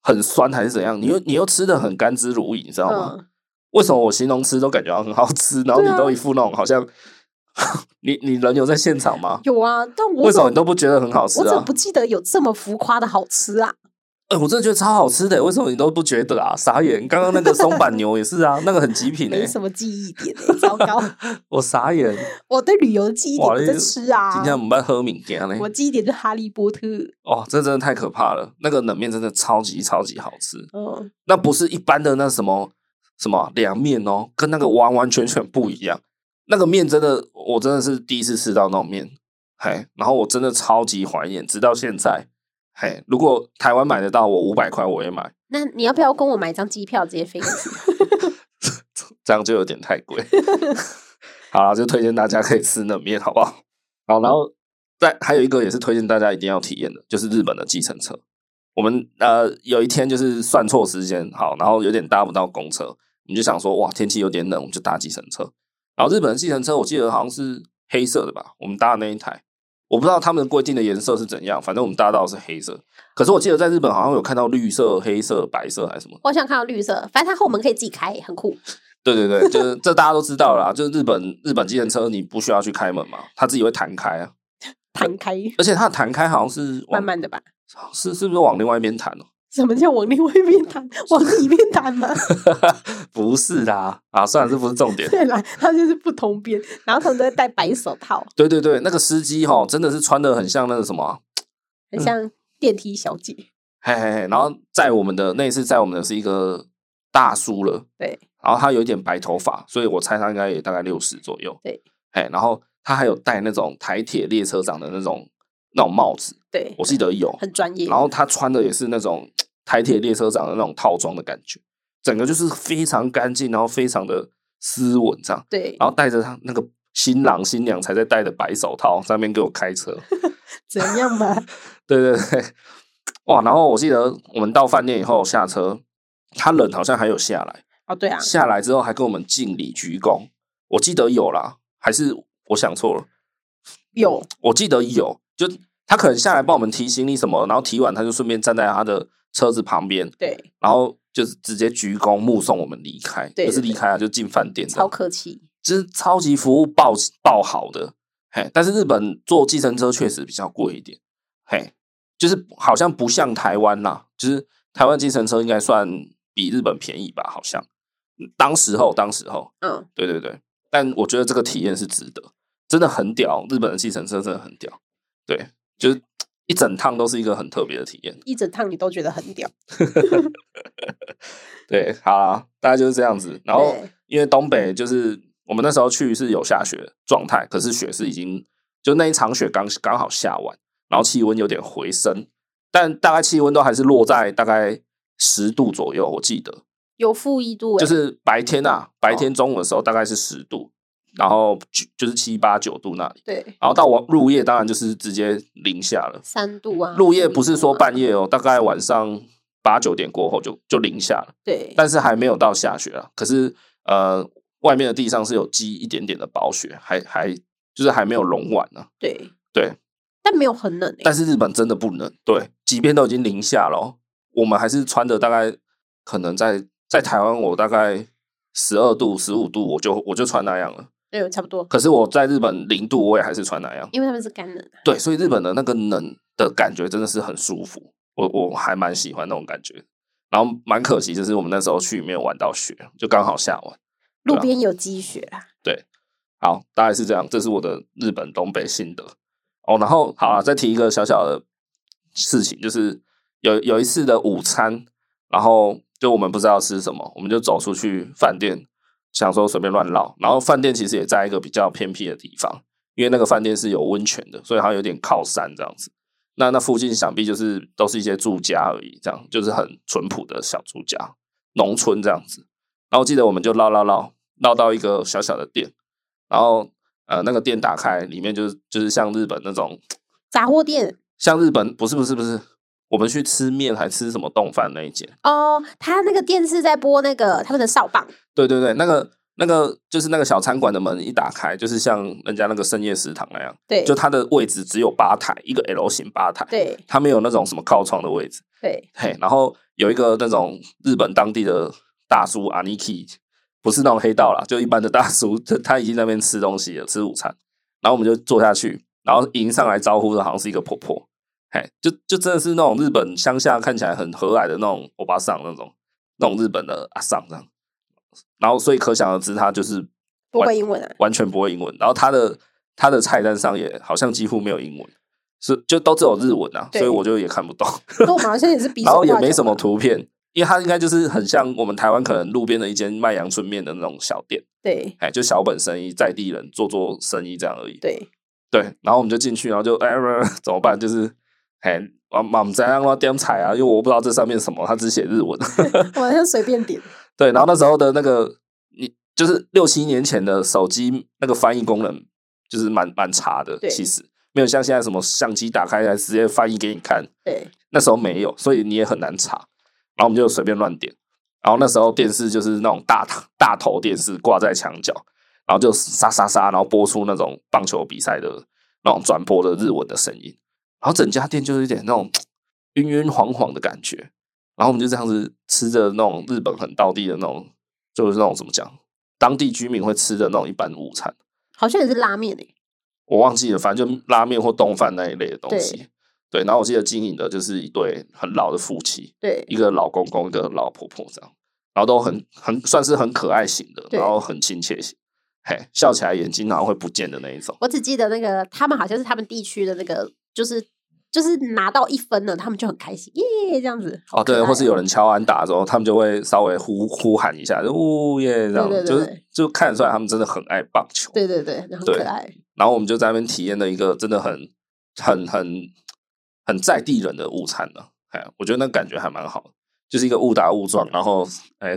S1: 很酸还是怎样，你又你又吃的很甘之如饴，你知道吗？
S3: 嗯，
S1: 为什么我形容吃都感觉很好吃，然后你
S3: 对啊
S1: 都一副那种好像 你你人有在现场吗？
S3: 有啊，但我
S1: 为什
S3: 怎
S1: 么你都不觉得很好吃
S3: 我怎么
S1: 啊
S3: 不？记得有这么浮夸的好吃啊？
S1: 哎、我真的觉得超好吃的，为什么你都不觉得啊？傻眼！刚刚那个松板牛也是啊，那个很极品哎、
S3: 没什么记忆点、欸，糟糕！
S1: 我傻眼。
S3: 我对旅游的记忆点
S1: 哇，
S3: 不
S1: 你
S3: 在吃啊。
S1: 今天我们班喝敏感嘞
S3: 我，记忆点是哈利波特，
S1: 哦，这真的太可怕了。那个冷面真的超级超级好吃，
S3: 嗯，
S1: 那不是一般的那什么什么凉面哦，跟那个完完全全不一样。那个面真的，我真的是第一次吃到那种面，嘿，然后我真的超级怀念，直到现在，嘿，如果台湾买得到，我五百块我也买。
S3: 那你要不要跟我买张机票直接飞过去？
S1: 这样就有点太贵。 好了，就推荐大家可以吃冷面，好不好？好，然后再还有一个也是推荐大家一定要体验的，就是日本的计程车。我们呃有一天就是算错时间，好，然后有点搭不到公车，我们就想说哇天气有点冷，我们就搭计程车。然后日本的计程车我记得好像是黑色的吧，我们搭的那一台，我不知道他们规定的颜色是怎样，反正我们搭到的是黑色。可是我记得在日本好像有看到绿色、黑色、白色还是什么。
S3: 我想看到绿色，反正它后门可以自己开，很酷。
S1: 对对对，就 是
S3: 嗯
S1: 这大家都知道啦，就是日本日本计程车你不需要去开门嘛，它自己会弹开啊。
S3: 弹开，
S1: 而且它的弹开好像是往
S3: 慢慢的吧。
S1: 是是不是往另外一边弹哦？
S3: 什么叫往另外一边弹？往里面弹吗？
S1: 不是啦，啊，算了，这不是重点。
S3: 对啦，它就是不同边，然后他们都会戴白手套，
S1: 对对对，那个司机哈，真的是穿的很像那个什么啊，
S3: 很像电梯小姐。
S1: 嘿嘿嘿。然后在我们的那一次，在我们的是一个大叔了，
S3: 对，
S1: 然后他有一点白头发，所以我猜他应该也大概六十左右。
S3: 对，
S1: 哎，然后他还有戴那种台铁列车长的那种那种帽子，
S3: 对，
S1: 我记得有。
S3: 很专业。
S1: 然后他穿的也是那种台铁列车长的那种套装的感觉，整个就是非常干净，然后非常的斯文这样。
S3: 对，
S1: 然后戴着他那个新郎新娘才在戴的白手套，上面给我开车。
S3: 怎样嘛？
S1: 对对对，哇！然后我记得我们到饭店以后下车，他人好像还有下来。
S3: 哦，对啊，
S1: 下来之后还跟我们敬礼鞠躬，我记得有啦，还是我想错了？
S3: 有
S1: 我记得有，就他可能下来帮我们提行李什么，然后提完他就顺便站在他的车子旁边，
S3: 对，
S1: 然后就是直接鞠躬目送我们离开，
S3: 对
S1: 不是离开啊，就进饭店这
S3: 超
S1: 样，
S3: 客气。
S1: 就是超级服务爆爆好的，嘿，但是日本坐计程车确实比较贵一点，嘿，就是好像不像台湾啦，就是台湾计程车应该算比日本便宜吧，好像当时候当时候，
S3: 嗯，
S1: 对对对，但我觉得这个体验是值得，真的很屌，日本的计程车真的很屌，对，就是一整趟都是一个很特别的体验。
S3: 一整趟你都觉得很屌。
S1: 对，好啦，大概就是这样子。然后
S3: 对
S1: 因为东北就是我们那时候去是有下雪状态，可是雪是已经就那一场雪刚刚好下完，然后气温有点回升，但大概气温都还是落在大概十度左右，我记得。
S2: 有负一度、欸，
S1: 就是白天啊，白天中午的时候大概是十度，然后就就是七八九度那里，
S3: 欸对，
S1: 然后到晚入夜当然就是直接零下了。
S2: 三度啊。
S1: 入夜不是说
S2: 负一度啊
S1: 半夜哦，大概晚上八九点过后就就零下了，
S3: 对，
S1: 但是还没有到下雪啊。可是呃，外面的地上是有积一点点的薄雪，还还就是还没有融完呢、
S3: 对，
S1: 对，
S3: 但没有很冷诶、欸
S1: 但是日本真的不冷，对，即便都已经零下了哦，我们还是穿的大概可能在在台湾我大概十二度十五度我就我就穿那样了。
S3: 嗯，差不多，
S1: 可是我在日本零度我也还是穿那样。
S2: 因为他们是干冷啊，
S1: 对，所以日本的那个冷的感觉真的是很舒服，我我还蛮喜欢那种感觉。然后蛮可惜，就是我们那时候去没有玩到雪，就刚好下完。
S3: 路边有积雪
S2: 啊
S3: 啦。
S1: 好，大概是这样，这是我的日本东北心得。哦，然后好了，再提一个小小的事情，就是有有一次的午餐，然后就我们不知道吃什么，我们就走出去饭店，想说随便乱绕。然后饭店其实也在一个比较偏僻的地方，因为那个饭店是有温泉的，所以它有点靠山这样子。那那附近想必就是都是一些住家而已，这样就是很淳朴的小住家，农村这样子。然后我记得我们就绕绕绕绕到一个小小的店，然后呃那个店打开，里面就是就是像日本那种，
S3: 杂货店
S1: 像日本不是不是不是，我们去吃面还吃什么冻饭那一间，
S2: 哦，他那个电视在播那个他们的扫棒，
S1: 对对对，那个那个就是那个小餐馆的门一打开，就是像人家那个深夜食堂那样，
S3: 对，
S1: 就它的位置只有吧台，一个 L 型吧台，
S3: 对
S1: 它没有那种什么靠窗的位置，
S3: 对
S1: 嘿，然后有一个那种日本当地的大叔阿尼基，不是那种黑道啦，就一般的大叔，他他已经在那边吃东西了，吃午餐，然后我们就坐下去，然后迎上来招呼的好像是一个婆婆，嘿，就就真的是那种日本乡下看起来很和蔼的那种欧巴桑那种那种日本的阿桑这样，然后所以可想而知，他就是
S3: 不会英文啊，
S1: 完全不会英文，然后他的他的菜单上也好像几乎没有英文，是就都只有日文啊，
S3: 对
S1: 所以我就也看不懂。
S3: 那我们好像也是比手
S1: 然后也
S3: 画
S1: 没
S3: 脚
S1: 什么
S3: 吧
S1: 图片，因为它应该就是很像我们台湾可能路边的一间卖阳春面的那种小店，
S3: 对
S1: 哎，就小本生意，在地人做做生意这样而已。
S3: 对
S1: 对，然后我们就进去，然后就哎、呃怎么办？就是 哎，我我们怎样要点菜啊？因为我不知道这上面什么，他只写日 文。
S3: 我好像随便点，
S1: 对，然后那时候的那个你就是六七年前的手机那个翻译功能就是蛮蛮差的，
S3: 对
S1: 其实没有像现在什么相机打开来直接翻译给你看，
S3: 对
S1: 那时候没有，所以你也很难查。然后我们就随便乱点。然后那时候电视就是那种大头大头电视挂在墙角，然后就沙沙沙，然后播出那种棒球比赛的那种转播的日文的声音。然后整家店就是有点那种晕晕晃晃的感觉。然后我们就这样子吃着那种日本很道地的那种，就是那种怎么讲，当地居民会吃的那种一般午餐。
S2: 好像也是拉面诶、欸
S1: 我忘记了，反正就拉面或冻饭那一类的东
S3: 对
S1: 西。对，然后我记得经营的就是一对很老的夫妻，
S3: 对
S1: 一个老公公，一个老婆婆这样，然后都很很算是很可爱型的，
S3: 对
S1: 然后很亲切型，嘿，笑起来眼睛然后会不见的那一种。
S2: 我只记得那个他们好像是他们地区的那个，就是就是拿到一分了，他们就很开心，耶这样子。好
S1: 哦，对，
S2: 可爱
S1: 或是有人敲安打之后，他们就会稍微呼呼喊一下，就呜耶这样，
S3: 对对对
S1: 就是
S3: 对
S1: 就看得出来他们真的很爱棒球。
S3: 对对对，很
S1: 对
S3: 可爱。
S1: 然后我们就在那边体验了一个真的很很很很在地人的午餐呢、哎，我觉得那感觉还蛮好的，就是一个误打误撞，然后哎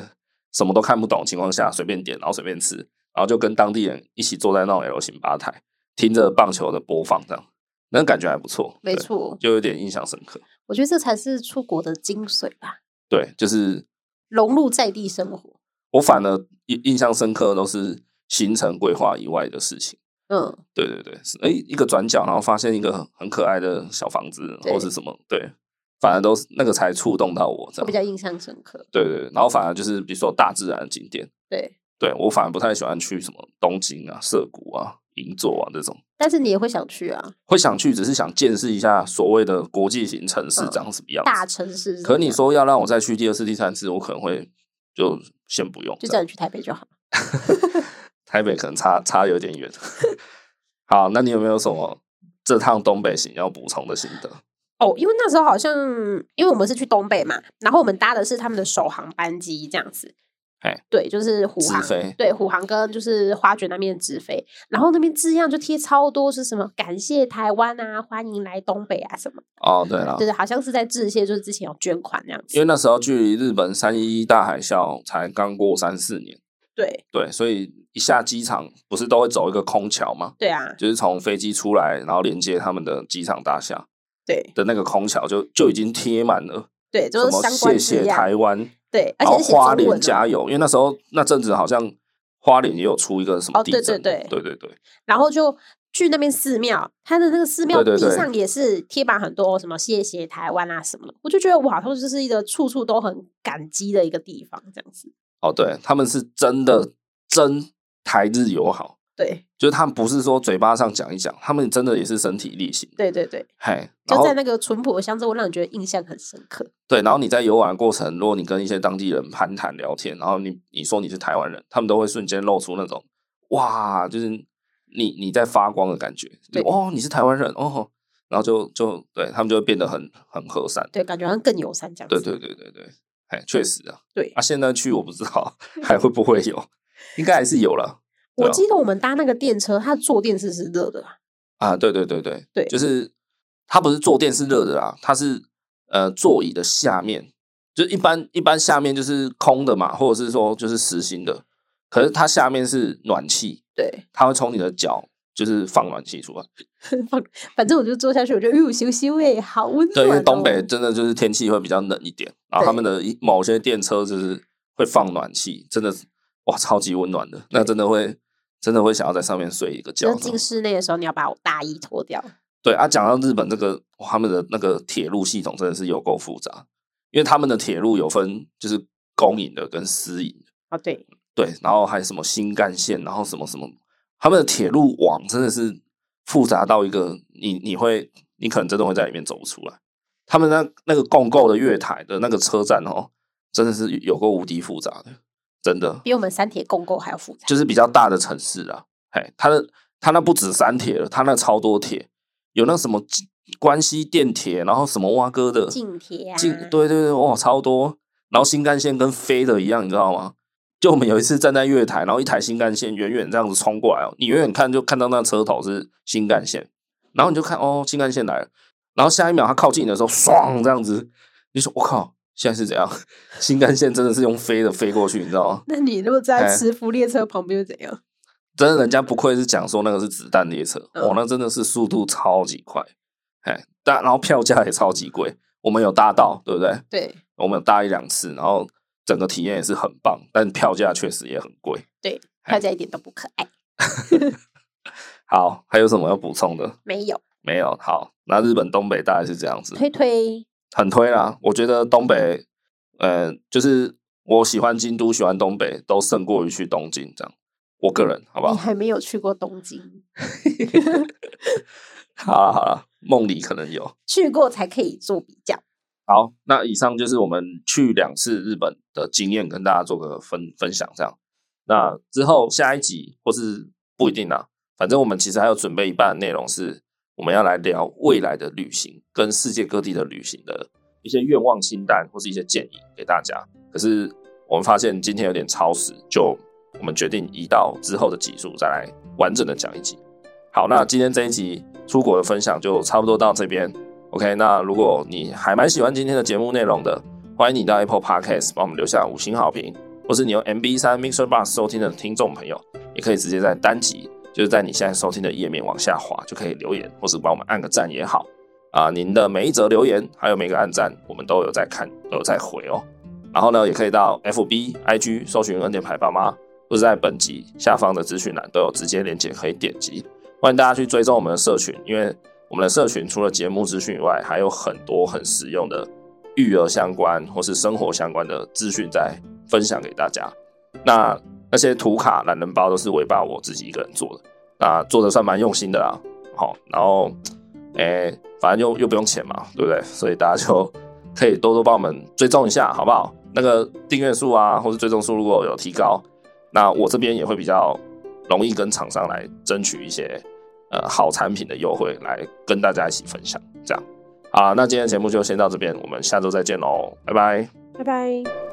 S1: 什么都看不懂的情况下随便点，然后随便吃，然后就跟当地人一起坐在那种 L 型吧台，听着棒球的播放，这样那感觉还不错，
S3: 没
S1: 对，
S3: 错，
S1: 就有点印象深刻。
S2: 我觉得这才是出国的精髓吧，
S1: 对，就是
S2: 融入在地生活。
S1: 我反而印印象深刻的都是行程规划以外的事情。
S3: 嗯，
S1: 对对对，是哎，一个转角，然后发现一个很很可爱的小房子
S3: 对
S1: 或是什么，对，反而都是那个才触动到我这
S3: 我比
S1: 样。
S3: 较印象深刻。
S1: 对对，对然后反而就是比如说大自然的景点，
S3: 对，
S1: 对我反而不太喜欢去什么东京啊、涩谷啊、银座啊这种，
S3: 但是你也会想去啊，
S1: 会想去，只是想见识一下所谓的国际型城市
S3: 嗯
S1: 长什么样
S2: 大
S1: 子。
S2: 城市是
S1: 可
S2: 这
S1: 你
S2: 样
S1: 说要让我再去第二次、第三次，我可能会就先不用，
S3: 就
S1: 这
S3: 叫
S1: 样
S3: 你去台北就好。
S1: 台北可能差差有点 远。好，那你有没有什么这趟东北行要补充的心得？
S2: 哦，因为那时候好像因为我们是去东北嘛，然后我们搭的是他们的首航班机这样子哎
S1: 嘿。
S2: 对，就是虎
S1: 直
S2: 航，
S1: 飞
S2: 对虎航跟就是花卷那边的直飞，然后那边字样就贴超多，是什么感谢台湾啊，欢迎来东北啊什么，
S1: 哦，对了，
S2: 就是好像是在致谢，就是之前有捐款那样
S1: 因为
S2: 子。
S1: 那时候距离日本三一一大海啸才刚过三四年，
S2: 对
S1: 对，所以一下机场不是都会走一个空桥吗？
S2: 对啊，
S1: 就是从飞机出来，然后连接他们的机场大厦
S2: 对
S1: 的那个空桥就，就已经贴满了
S2: 对，就
S1: 什
S2: 是
S1: 么
S2: 相
S1: 谢
S2: 关
S1: 谢
S2: 字样。
S1: 台湾，
S2: 对，而
S1: 然
S2: 且
S1: 后
S2: 是写
S1: 花
S2: 中文啊
S1: 莲
S2: 的
S1: 加油，因为那时候那阵子好像花莲也有出一个什么
S2: 哦
S1: 地
S2: 对
S1: 震，
S2: 对
S1: 对对对
S2: 然后就去那边寺庙，他的那个寺庙
S1: 对
S2: 地
S1: 对对
S2: 上也是贴满很多什么谢谢台湾啊什么的，我就觉得哇，他们就是一个处处都很感激的一个地方，这样子。
S1: 哦对，他们是真的真台日友好，
S2: 对
S1: 就是他们不是说嘴巴上讲一讲，他们真的也是身体力行，
S2: 对对对，
S1: 嘿，然
S2: 就
S1: 后
S2: 在那个淳朴的乡镇，我让你觉得印象很深刻。
S1: 对，然后你在游玩的过程，如果你跟一些当地人攀谈聊天，然后你你说你是台湾人，他们都会瞬间露出那种哇，就是你你在发光的感觉，就
S2: 对
S1: 哦，你是台湾人哦，然后就就对他们就会变得很很和善，
S2: 对，感觉好像更友善这样子。
S1: 对对对对对，哎，确实啊，
S2: 对
S1: 啊，现在去我不知道 还会不会有，应该还是有了，对
S2: 我
S1: 啊
S2: 记得我们搭那个电车，它坐垫是是热的啊，
S1: 啊，对对对对
S2: 对
S1: 就是它不是坐垫是热的啦，它是呃座椅的下面，就一般一般下面就是空的嘛，或者是说就是实心的，可是它下面是暖气，
S2: 对，
S1: 它会从你的脚就是放暖气出来。
S2: 反反正我就坐下去，我觉得哟，咻咻哎，好温暖、哦。
S1: 对，因为东北真的就是天气会比较冷一点，然后他们的一某些电车就是会放暖气，真的是哇超级温暖的，那真的会真的会想要在上面睡一个觉
S2: 就
S1: 这
S2: 是
S1: 样。
S2: 进室内的时候，你要把我大衣脱掉。
S1: 对啊，讲到日本这个，哇他们的那个铁路系统真的是有够复杂，因为他们的铁路有分就是公营的跟私营的，
S2: 哦，对，
S1: 对，然后还有什么新干线，然后什么什么，他们的铁路网真的是复杂到一个你你会你可能真的会在里面走不出来。他们那那个共购的月台的那个车站哦，真的是有够无敌复杂的，真的
S2: 比我们三铁共购还要复杂。
S1: 就是比较大的城市啊，嘿，它的它那不止三铁了，它那超多铁，有那什么基关西电铁，然后什么蛙哥的
S2: 近铁啊，
S1: 进，对对对，哇，超多，然后新干线跟飞的一样，你知道吗？就我们有一次站在月台，然后一台新干线远远这样子冲过来哦，你远远看就看到那车头是新干线，然后你就看哦，新干线来了，然后下一秒它靠近你的时候，唰这样子，你说我靠，现在是怎样？ 新干线真的是用飞的飞过去，你知道吗？
S3: 那你如果
S1: 哎
S3: 在磁浮列车旁边又怎 样？
S1: 真的，人家不愧是讲说那个是子弹列车，
S3: 嗯
S1: 哇，那真的是速度超级快，哎，但然后票价也超级贵，我们有搭到，对不对？
S3: 对
S1: 我们有搭一两次，然后整个体验也是很棒，但票价确实也很贵。
S2: 对，大家一点都不可爱，
S1: 好，还有什么要补充的？
S2: 没有
S1: 没有。好，那日本东北大概是这样子，
S2: 推推，
S1: 很推啦。我觉得东北，呃，就是我喜欢京都，喜欢东北，都胜过于去东京这样。我个人好不
S3: 你
S2: 嗯
S1: 好？
S3: 还没有去过东京，
S1: 好了好了，梦里可能有。
S3: 去过才可以做比较。
S1: 好，那以上就是我们去两次日本的经验，跟大家做个分分享。这样，那之后下一集或是不一定啊，反正我们其实还有准备一半的内容是我们要来聊未来的旅行跟世界各地的旅行的一些愿望清单或是一些建议给大家。可是我们发现今天有点超时，就我们决定移到之后的集数再来完整的讲一集。好，那今天这一集出国的分享就差不多到这边。OK，那如果你还蛮喜欢今天的节目内容的，欢迎你到 Apple Podcast 帮我们留下五星好评，或是你用 MB 三 Mixer Box 收听的听众朋友，也可以直接在单集，就是在你现在收听的页面往下滑，就可以留言，或是帮我们按个赞也好。啊、您的每一则留言还有每个按赞，我们都有在看，都有在回哦。然后呢，也可以到 FB、IG 搜寻恩典牌爸妈，或是在本集下方的资讯栏都有直接连接可以点击。欢迎大家去追踪我们的社群，因为我们的社群除了节目资讯以外，还有很多很实用的育儿相关或是生活相关的资讯在分享给大家。那那些图卡、懒人包都是伟爸我自己一个人做的，那做的算蛮用心的啦。好，然后，诶、反正又又不用钱嘛，对不对？所以大家就 可以多多帮我们追踪一下，好不好？那个订阅数啊，或是追踪数如果有提高，那我这边也会比较容易跟厂商来争取一些呃好产品的优惠，来跟大家一起分享。这样，好啦，那今天的节目就先到这边，我们下周再见喽，拜拜。
S3: 拜拜。